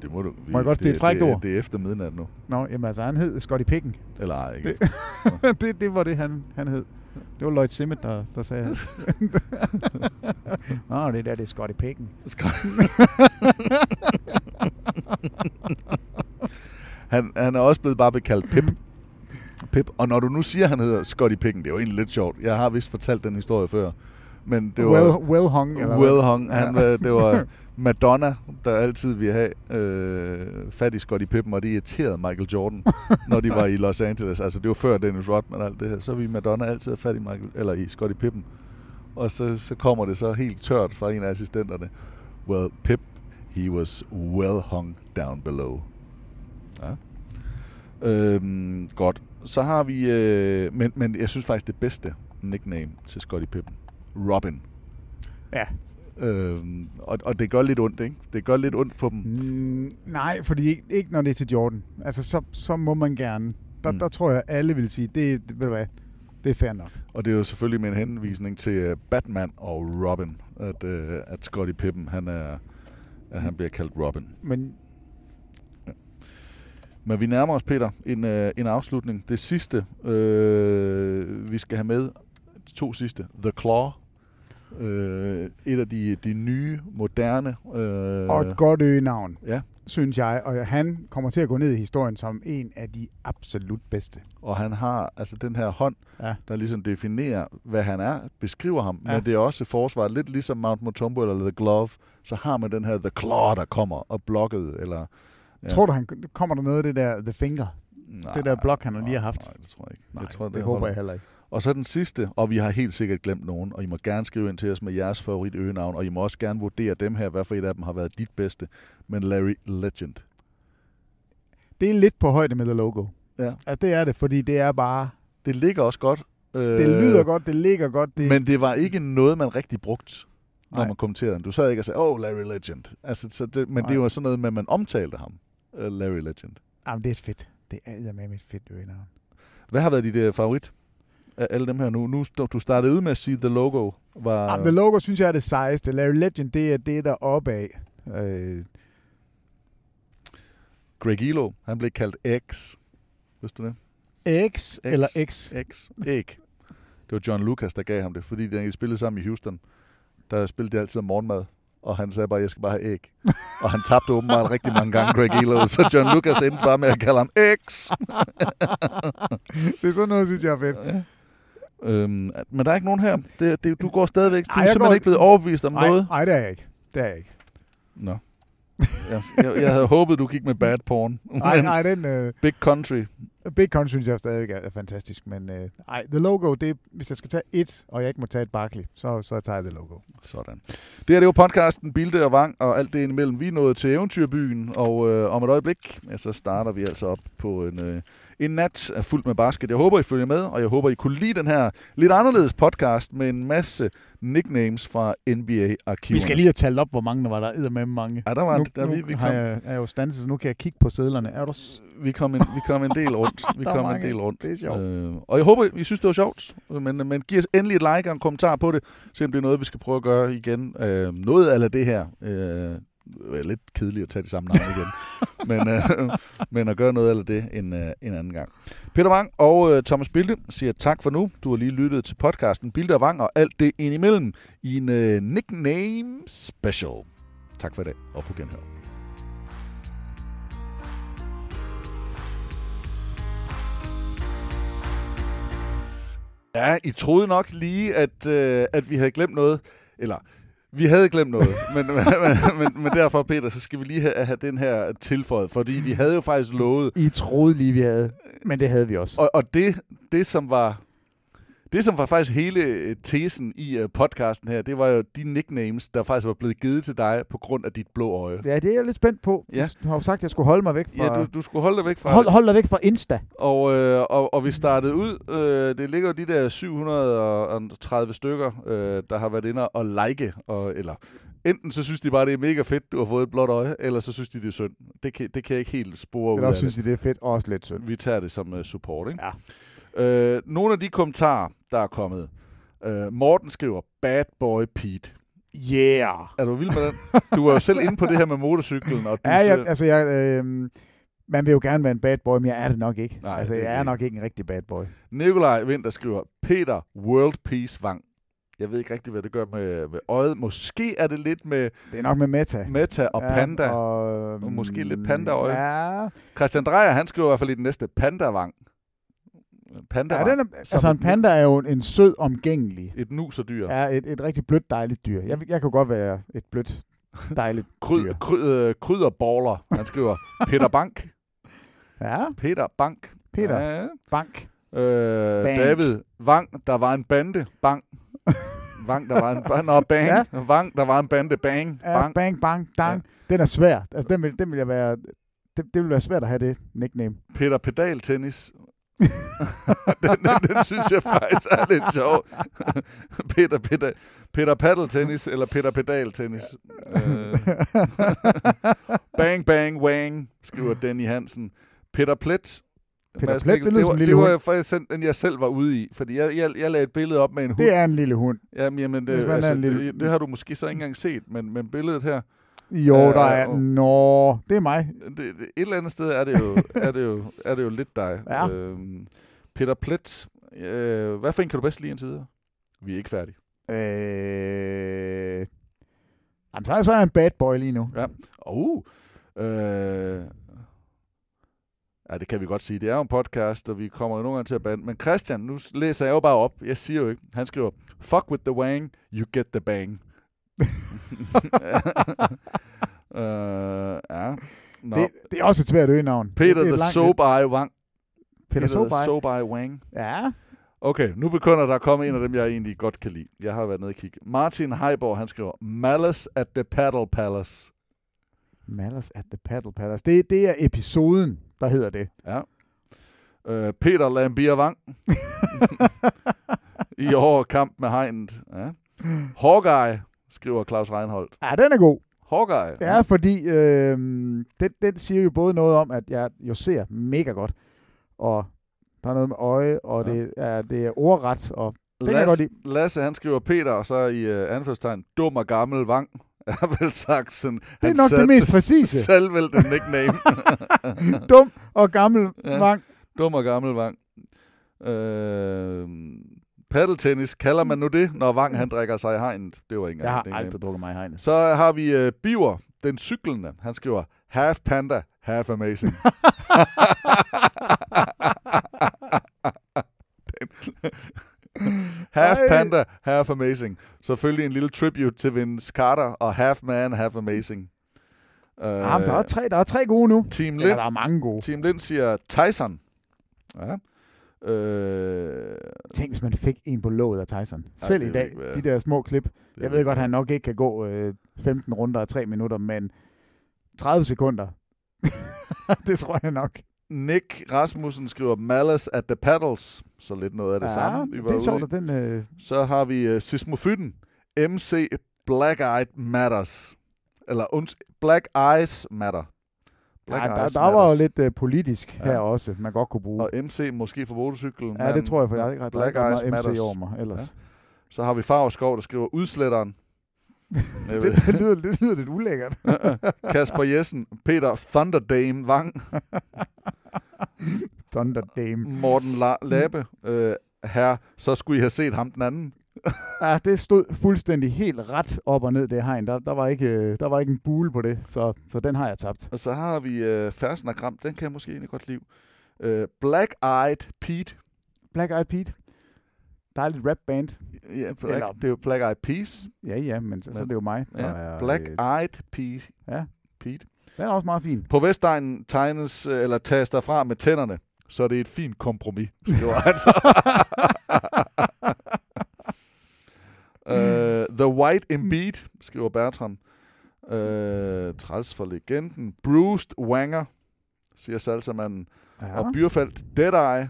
S6: Det må du...
S7: Må jeg godt sige et frækt
S6: det,
S7: ord?
S6: Det er efter midnat nu.
S7: Nå, jamen altså, han hed Scotty Picken.
S6: Eller ej, ikke?
S7: Det, det, det var det, han, han hed. Det var Lloyd Simmet, der, der sagde han. Nå, det der, det er Scotty Picken.
S6: Han, han er også blevet bare bekaldt Pip. Pip. Og når du nu siger, at han hedder Scotty Pippen, det er jo egentlig lidt sjovt. Jeg har vist fortalt den historie før. Men det var...
S7: Well- well hung, eller hvad?
S6: well hung. Han,
S7: Ja.
S6: ja. Det var Madonna, der altid ville have øh, fat i Scotty Pippen, og det irriterede Michael Jordan, når de var i Los Angeles. Altså, det var før Dennis Rodman og alt det her. Så ville Madonna altid have fat i, Michael, eller i Scotty Pippen. Og så, så kommer det så helt tørt fra en af assistenterne. Well, Pip, He was well hung down below. Ja. Øhm, godt. Så har vi... Øh, men, men jeg synes faktisk, det bedste nickname til Scotty Pippen. Robin.
S7: Ja.
S6: Øhm, og, og det gør lidt ondt, ikke? Det gør lidt ondt på dem.
S7: Mm, Nej, fordi ikke, ikke når det er til Jordan. Altså, så, så må man gerne. Der, mm. der tror jeg, alle vil sige, det, det, ved du hvad, det er fair nok.
S6: Og det er jo selvfølgelig med en henvisning til øh, Batman og Robin, at, øh, at Scotty Pippen, han er, at han bliver kaldt Robin.
S7: Men
S6: Men vi nærmer os, Peter, en, øh, en afslutning. Det sidste, øh, vi skal have med, de to sidste, The Claw. Øh, et af de, de nye, moderne... Øh,
S7: Og et godt øgenavn,
S6: ja.
S7: synes jeg. Og han kommer til at gå ned i historien som en af de absolut bedste.
S6: Og han har altså den her hånd,
S7: ja.
S6: der ligesom definerer, hvad han er, beskriver ham. Ja.
S7: Ja.
S6: Men det er også forsvaret, lidt ligesom Mount Mutombo eller The Glove, så har man den her The Claw, der kommer og blokket. Eller,
S7: Ja. Tror du, han kommer der noget af det der The Finger? Nej, det der blok, han lige har haft?
S6: Nej, det tror jeg ikke.
S7: Nej,
S6: jeg tror,
S7: det håber jeg heller ikke.
S6: Og så den sidste, og vi har helt sikkert glemt nogen, og I må gerne skrive ind til os med jeres favorit øgenavn, og I må også gerne vurdere dem her, hvad for et af dem har været dit bedste. Men Larry Legend.
S7: Det er lidt på højde med The Logo.
S6: Ja.
S7: Altså, det er det, fordi det er bare...
S6: Det ligger også godt. Øh,
S7: Det lyder godt, det ligger godt. Det,
S6: Men det var ikke noget, man rigtig brugte, når
S7: Nej.
S6: man kommenterede den. Du sad ikke og sagde, oh, Larry Legend. Altså, så det, men Nej. det
S7: Nej.
S6: var sådan noget med, at man omtalte ham, øh, Larry Legend.
S7: jamen, det er fedt. Det er med mit fedt øgenavn.
S6: Hvad har været dit øh, favorit af alle dem her nu? nu stod- du startede ud med at sige, The Logo var...
S7: Jamen, Ah, The Logo synes jeg er det sejeste. Larry Legend, det er det, der er oppe af. Øh,
S6: Greg Elo, han blev kaldt X. Vidste du det?
S7: X, X eller X.
S6: X. Æg. Det var John Lucas, der gav ham det, fordi da de spillede sammen i Houston, der spillede de altid om morgenmad, og han sagde bare, jeg skal bare have æg. og han tabte åbenbart rigtig mange gange, Greg Elo, så John Lucas endte bare med at kalde ham X.
S7: det er sådan noget, synes jeg er fedt.
S6: øhm, men der er ikke nogen her. Det, det, du går stadigvæk. Du
S7: Ej,
S6: er
S7: jeg
S6: simpelthen
S7: går-
S6: ikke blevet overbevist om
S7: Nej,
S6: noget.
S7: nej, det er jeg ikke. Det er jeg ikke.
S6: Nå. Jeg, jeg, jeg havde håbet, du gik med bad porn.
S7: Nej,
S6: Men
S7: nej, den... Øh,
S6: Big Country.
S7: Big Con synes jeg stadig er er fantastisk, men øh, ej, The Logo, det, er- hvis jeg skal tage et, og jeg ikke må tage et Barkley, så, så tager jeg The Logo.
S6: Sådan. Det her, det var podcasten Bilde og Vang og alt det indimellem. Vi er nået til eventyrbyen, og øh, om et øjeblik, ja, så starter vi altså op på en, øh, en nat af fuldt med basket. Jeg håber, I følger med, og jeg håber, I kunne lide den her lidt anderledes podcast med en masse nicknames fra NBA-arkiverne.
S7: Vi skal lige have talt op, hvor mange der var der. med mange.
S6: Ja, der var
S7: nu,
S6: en- der-
S7: nu
S6: vi- vi
S7: har
S6: kom-
S7: jeg, er jeg jo stanset, så nu kan jeg kigge på sædlerne. Er du... s-
S6: Vi kom en, vi kom en del rundt. Vi
S7: Der er
S6: kom en
S7: mange.
S6: del rundt.
S7: Det er sjovt.
S6: Øh, og jeg håber, I synes, det var sjovt. Men, men giv os endelig et like og en kommentar på det, se om det er noget, vi skal prøve at gøre igen. Øh, noget af det her. Øh, er lidt kedeligt at tage de samme navne igen. men, øh, men at gøre noget af det en, øh, en anden gang. Peter Wang og øh, Thomas Bilde siger tak for nu. Du har lige lyttet til podcasten Bilde og Wang og alt det indimellem i en øh, nickname special. Tak for i dag, og på genhør. Ja, I troede nok lige, at, øh, at vi havde glemt noget. Eller, vi havde glemt noget. men, men, men, men derfor, Peter, så skal vi lige have, have den her tilføjet. Fordi vi havde jo faktisk lovet...
S7: I troede lige, vi havde, men det havde vi også.
S6: Og, og det, det, som var... Det, som var faktisk hele øh, tesen i øh, podcasten her, det var jo de nicknames, der faktisk var blevet givet til dig på grund af dit blå øje.
S7: Ja, det er jeg lidt spændt på.
S6: Ja.
S7: Ja. Du har jo sagt, at jeg skulle holde mig væk fra...
S6: Ja, du, du skulle holde dig væk fra
S7: hold,
S6: det.
S7: hold dig væk fra Insta.
S6: Og, øh, og, og vi startede ud, øh, det ligger jo de der 730 stykker, øh, der har været inde og like, og, eller enten så synes de bare, det er mega fedt, du har fået et blåt øje, eller så synes de, det er synd. Det kan, det kan jeg ikke helt spore ud
S7: Eller
S6: af
S7: også synes de, det er fedt og også lidt synd.
S6: Vi tager det som uh, support, ikke? Ja. Øh, nogle af de kommentarer, der er kommet. Øh, Morten skriver, bad boy Pete.
S7: Yeah!
S6: Er du vild med den? Du er jo selv inde på det her med motorcyklen. Og du
S7: Ja,
S6: siger-
S7: jeg, altså, jeg, øh, man vil jo gerne være en bad boy, men jeg er det nok ikke.
S6: Nej,
S7: Nej, altså,
S6: det er
S7: jeg
S6: det
S7: er
S6: ikke.
S7: nok ikke en rigtig bad boy.
S6: Nikolaj Vinter skriver, Peter World Peace Vang. Jeg ved ikke rigtig, hvad det gør med, med øjet. Måske er det lidt med
S7: Det er nok med meta.
S6: meta og
S7: Ja,
S6: panda. Ja, og,
S7: Og, øhm, Mm,
S6: og måske lidt pandaøje.
S7: Ja,
S6: Christian Dreyer, han skriver i hvert fald i den næste, Panda Vang. Panda
S7: ja den er,
S6: Som
S7: altså
S6: et
S7: en panda er jo en, en sød, omgængelig.
S6: Et nuserdyr. Ja.
S7: Er et, et rigtig blødt, dejligt dyr. Jeg, jeg kan godt være et blødt, dejligt
S6: Kryd,
S7: dyr.
S6: kryd, øh, krydderballer, han skriver. Peter Bank.
S7: Ja,
S6: Peter Bank.
S7: Peter.
S6: Ja.
S7: Bank.
S6: Øh,
S7: Bank.
S6: David Vang, der var en bande. Bang. Vang, der var en, ba- nå, bang.
S7: Ja.
S6: Vang, der var en bande. Bang.
S7: Ja,
S6: Bang.
S7: bang, bang, dang. Ja. Den er svær. Altså, den vil, den vil jeg være... Det, det vil være svært at have det nickname.
S6: Peter Pedal Tennis. den, den, den, synes jeg faktisk er lidt sjov. Peter, Peter, Peter Paddle Tennis eller Peter Pedal Tennis. Øh. bang, bang, wang, skriver Danny Hansen. Peter Plet.
S7: Peter
S6: Mads
S7: Plet, det lyder
S6: Mikkel, det
S7: som
S6: var,
S7: en lille
S6: Det var
S7: hund.
S6: jo faktisk den, den, jeg selv var ude i, fordi jeg, jeg, jeg lagde et billede op med en hund.
S7: Det er en lille hund.
S6: Jamen, jamen
S7: Hvis
S6: det,
S7: man er
S6: altså,
S7: en lille-
S6: lille... det, det har du måske så ikke engang set, men, men billedet her...
S7: Jo,
S6: Øh,
S7: der er...
S6: og-
S7: Nå, det er mig.
S6: det, det, et eller andet sted er det jo, er det jo, er det jo lidt dig.
S7: Ja.
S6: Øhm, Peter Plet, øh, hvad for en kan du bedst lide indtil videre? Vi er ikke færdige.
S7: Øh... Jamen, så er jeg så en bad boy lige nu.
S6: Ja. Oh, øh, ja, det kan vi godt sige. Det er jo en podcast, og vi kommer jo nogle gange til at bande. Men Christian, nu s- læser jeg jo bare op. Jeg siger jo ikke. Han skriver, fuck with the wang, you get the bang. øh, ja. Nå.
S7: Det, det, er også et svært øgenavn.
S6: Peter
S7: det, det er
S6: the
S7: et langt-
S6: Soap Eye Wang.
S7: Peter
S6: the
S7: Soap Eye.
S6: Soap Eye Wang.
S7: Ja.
S6: Okay, nu begynder der at komme en af dem, jeg egentlig godt kan lide. Jeg har været nede og kigge. Martin Heiborg, han skriver, Malice at the Paddle Palace.
S7: Malice at the Paddle Palace. Det, det er episoden, der hedder det.
S6: Ja. Øh, Peter Lambier Wang. I år kamp med hegnet. Ja. Hawkeye, skriver Claus Reinholdt.
S7: Ja, den er god.
S6: Hawkeye?
S7: Ja, fordi øh, den, den siger jo både noget om, at jeg jo ser mega godt, og der er noget med øje, og ja. det, er, det er ordret, og det kan jeg godt
S6: Lasse,
S7: lide.
S6: Lasse, han skriver Peter, og så i øh, anførstegn, dum og gammel Wang. Er vel sagt sådan,
S7: Det er
S6: han
S7: nok det
S6: selv-
S7: mest præcise.
S6: Selv vel den nickname.
S7: Dum og gammel ja.
S6: Ja.
S7: vang.
S6: Dum og gammel Vang. Øh, paddeltennis, kalder man nu det, når Vang han drikker sig i hegnet? Det var ikke engang
S7: Jeg har
S6: det er ikke
S7: aldrig drukket mig i hegnet.
S6: engang. Så har vi øh, Biver, den cyklende. Han skriver, half panda, half amazing. Den- half
S7: Ej.
S6: panda, half amazing. Selvfølgelig en lille tribute til Vince Carter og half man, half amazing. Øh,
S7: Ja, men der, er tre, der er tre gode nu.
S6: Team
S7: Eller
S6: Lind,
S7: der er mange gode.
S6: Team Lind siger Tyson. Ja. Øh,
S7: Tænk, hvis man fik en på låget af Tyson.
S6: Ej,
S7: Selv i
S6: det vil
S7: dag,
S6: ikke være-
S7: de der små klip. Jeg ved
S6: vil
S7: godt,
S6: ikke
S7: at han nok ikke kan gå øh, 15 runder af 3 minutter, men 30 sekunder, det tror jeg nok.
S6: Nick Rasmussen skriver Malice at the Paddles. Så lidt noget af det samme.
S7: det
S6: var
S7: er
S6: ude
S7: sjovt,
S6: i.
S7: at den... Øh,
S6: Så har vi uh, Sismofyten. MC Black Eyed Matters. Eller uns- Black Eyes Matter.
S7: ja,
S6: Black
S7: der,
S6: Eyes
S7: der var jo
S6: Matters.
S7: lidt øh, politisk ja.
S6: Ja.
S7: her også, man godt kunne bruge.
S6: Og MC måske for motorcyklen.
S7: ja, det
S6: men
S7: tror jeg, for jeg har ikke ret der er
S6: Black
S7: ikke ret
S6: Eyes
S7: meget MC
S6: Matters.
S7: over mig ellers.
S6: Så har vi Farverskov, der skriver Udsletteren. Jeg
S7: det,
S6: ved-
S7: det, lyder, det lyder lidt ulækkert.
S6: Kasper Jessen, Peter Thunderdame Wang.
S7: Thunder Dame.
S6: Morten La- Labe, øh, her, så skulle I have set ham den anden.
S7: Ja, det stod fuldstændig helt ret op og ned, det hegn. Der, der, var, ikke, øh, der var ikke en bule på det, så, så den har jeg tabt.
S6: Og så har vi øh, Fersen og Gram, den kan jeg måske egentlig godt lide. Øh, Black Eyed Pete.
S7: Black Eyed Pete. Dejligt rap band.
S6: Ja, Black,
S7: Eller-
S6: det er jo Black Eyed Peas.
S7: Ja, ja, men så, så er det jo mig.
S6: Ja,
S7: der er,
S6: Black
S7: øh,
S6: Eyed Peas.
S7: Ja.
S6: Pete.
S7: Den er også meget fin.
S6: På Vestegnen tegnes, øh, eller tages derfra med tænderne, så det er et fint kompromis, skriver han så. Øh, The White Embiid, skriver Bertrand. Øh, træls for legenden. Bruce Wanger, siger salsamanden.
S7: Ja.
S6: Ja. Og Byrfeldt, Deadeye.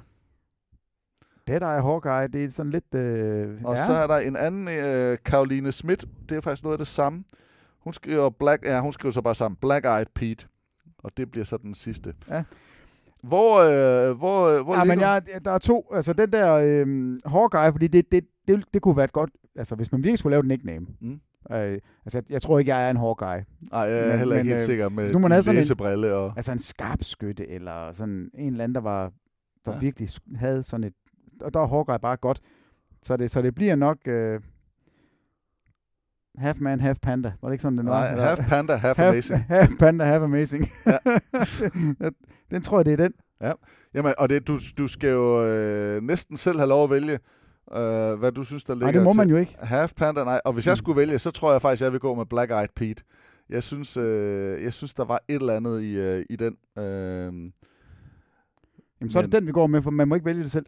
S7: Det der er Hawkeye, det er sådan lidt... Øh,
S6: Og
S7: ja.
S6: så er der en anden, øh, Karoline Schmidt. Det er faktisk noget af det samme. Hun skriver, Black, ja, hun skriver så bare sammen, Black Eyed Pete. Og det bliver så den sidste.
S7: Ja.
S6: Hvor, øh, hvor, øh, hvor
S7: ja, men
S6: ligger-
S7: jeg, der er to. Altså den der øh, Hawkeye, fordi det, det, det, det kunne være et godt... Altså hvis man virkelig skulle lave et nickname.
S6: Mm.
S7: Øh, altså jeg, jeg tror ikke, jeg er en Hawkeye.
S6: Ej, jeg er
S7: men-
S6: heller ikke
S7: men,
S6: helt
S7: øh,
S6: sikker med
S7: nu må man have
S6: de
S7: sådan en-
S6: læsebrille. Og,
S7: Altså en skarpskytte, eller sådan en eller anden, der, var, der ja.
S6: Ja.
S7: virkelig sk- havde sådan et... Og der er Hawkeye bare godt. Så det, så det bliver nok... Øh, half man, half panda. Var det ikke sådan, den var?
S6: nej,
S7: Eller-
S6: half panda, half, half amazing.
S7: Half panda, half amazing.
S6: Ja.
S7: den tror jeg, det er den.
S6: Jamen, og det, du, du skal jo øh, næsten selv have lov at vælge, øh, hvad du synes, der ligger
S7: Nej, det må
S6: til.
S7: man jo ikke.
S6: Half Panda, nej. Og hvis jeg
S7: Mm.
S6: skulle vælge, så tror jeg faktisk, jeg vil gå med Black Eyed Pete. Jeg synes, øh, jeg synes der var et eller andet i, øh, i den. Øh,
S7: Jamen, så er det den, vi går med, for man må ikke vælge det selv.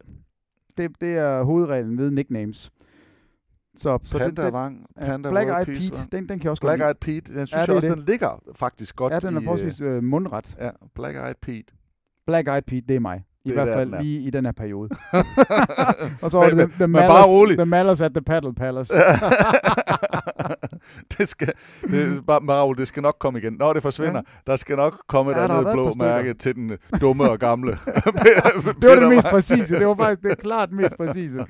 S7: Det, det er hovedreglen ved nicknames.
S10: Så, så
S6: Panda
S10: den,
S6: Vang, Panda
S10: Black
S6: World
S10: Eyed
S6: Peace,
S10: Pete,
S6: hva'?
S10: den, den kan jeg også
S6: Black
S10: godt
S6: Eyed
S10: lide.
S6: Pete, den
S10: Ja,
S6: synes
S10: det
S6: jeg
S10: er
S6: også,
S10: det.
S6: den ligger faktisk godt
S10: Ja, den er
S6: i,
S10: forholdsvis øh, mundret.
S6: Ja, Black Eyed Pete.
S10: Black Eyed Pete, det er mig. I
S6: Det er
S10: hvert
S6: der,
S10: fald
S6: den er.
S10: lige i den her periode. og så
S6: Men-
S10: var det
S6: men-
S10: the, the,
S6: men bare
S10: Mallers,
S6: rolig.
S10: the Mallers at the Paddle Palace.
S6: det skal, det, bare, bare rolig, det skal nok komme igen. Nå, det forsvinder. Ja. Der skal nok komme et
S10: Ja, der har
S6: andet
S10: været et
S6: blå
S10: par stykker.
S6: mærke til den øh, dumme og gamle.
S10: det var det mest præcise. Det var faktisk det klart mest præcise.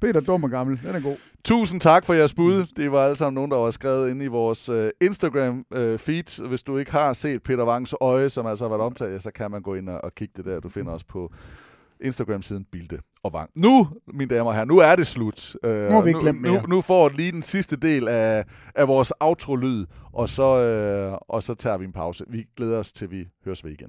S10: Peter Dum og Gammel, den er god.
S6: Tusind tak for jeres bud. Det var alle sammen nogen, der var skrevet inde i vores øh, Instagram-feed. Hvis du ikke har set Peter Wangs øje, som altså har været omtalt, ja, så kan man gå ind og, og kigge det der. Du finder os på Instagram-siden Bilde og Vang. Nu, mine damer og herrer, nu er det slut. Øh, nu
S10: har vi ikke glemt
S6: nu,
S10: mere.
S6: nu, nu får lige den sidste del af, af vores outro-lyd, og så, øh, og så tager vi en pause. Vi glæder os til, vi høres ved igen.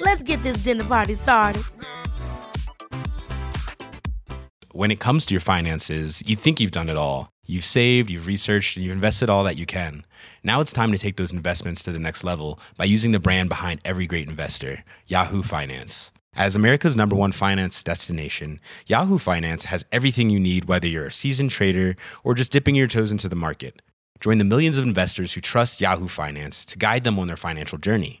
S3: Let's get this dinner party started.
S7: when it comes to your finances, you think you've done it all. You've saved, you've researched, and you've invested all that you can. Now it's time to take those investments to the next level by using the brand behind every great investor, Yahoo Finance. As America's number one finance destination, Yahoo Finance has everything you need, whether you're a seasoned trader or just dipping your toes into the market. Join the millions of investors who trust Yahoo Finance to guide them on their financial journey.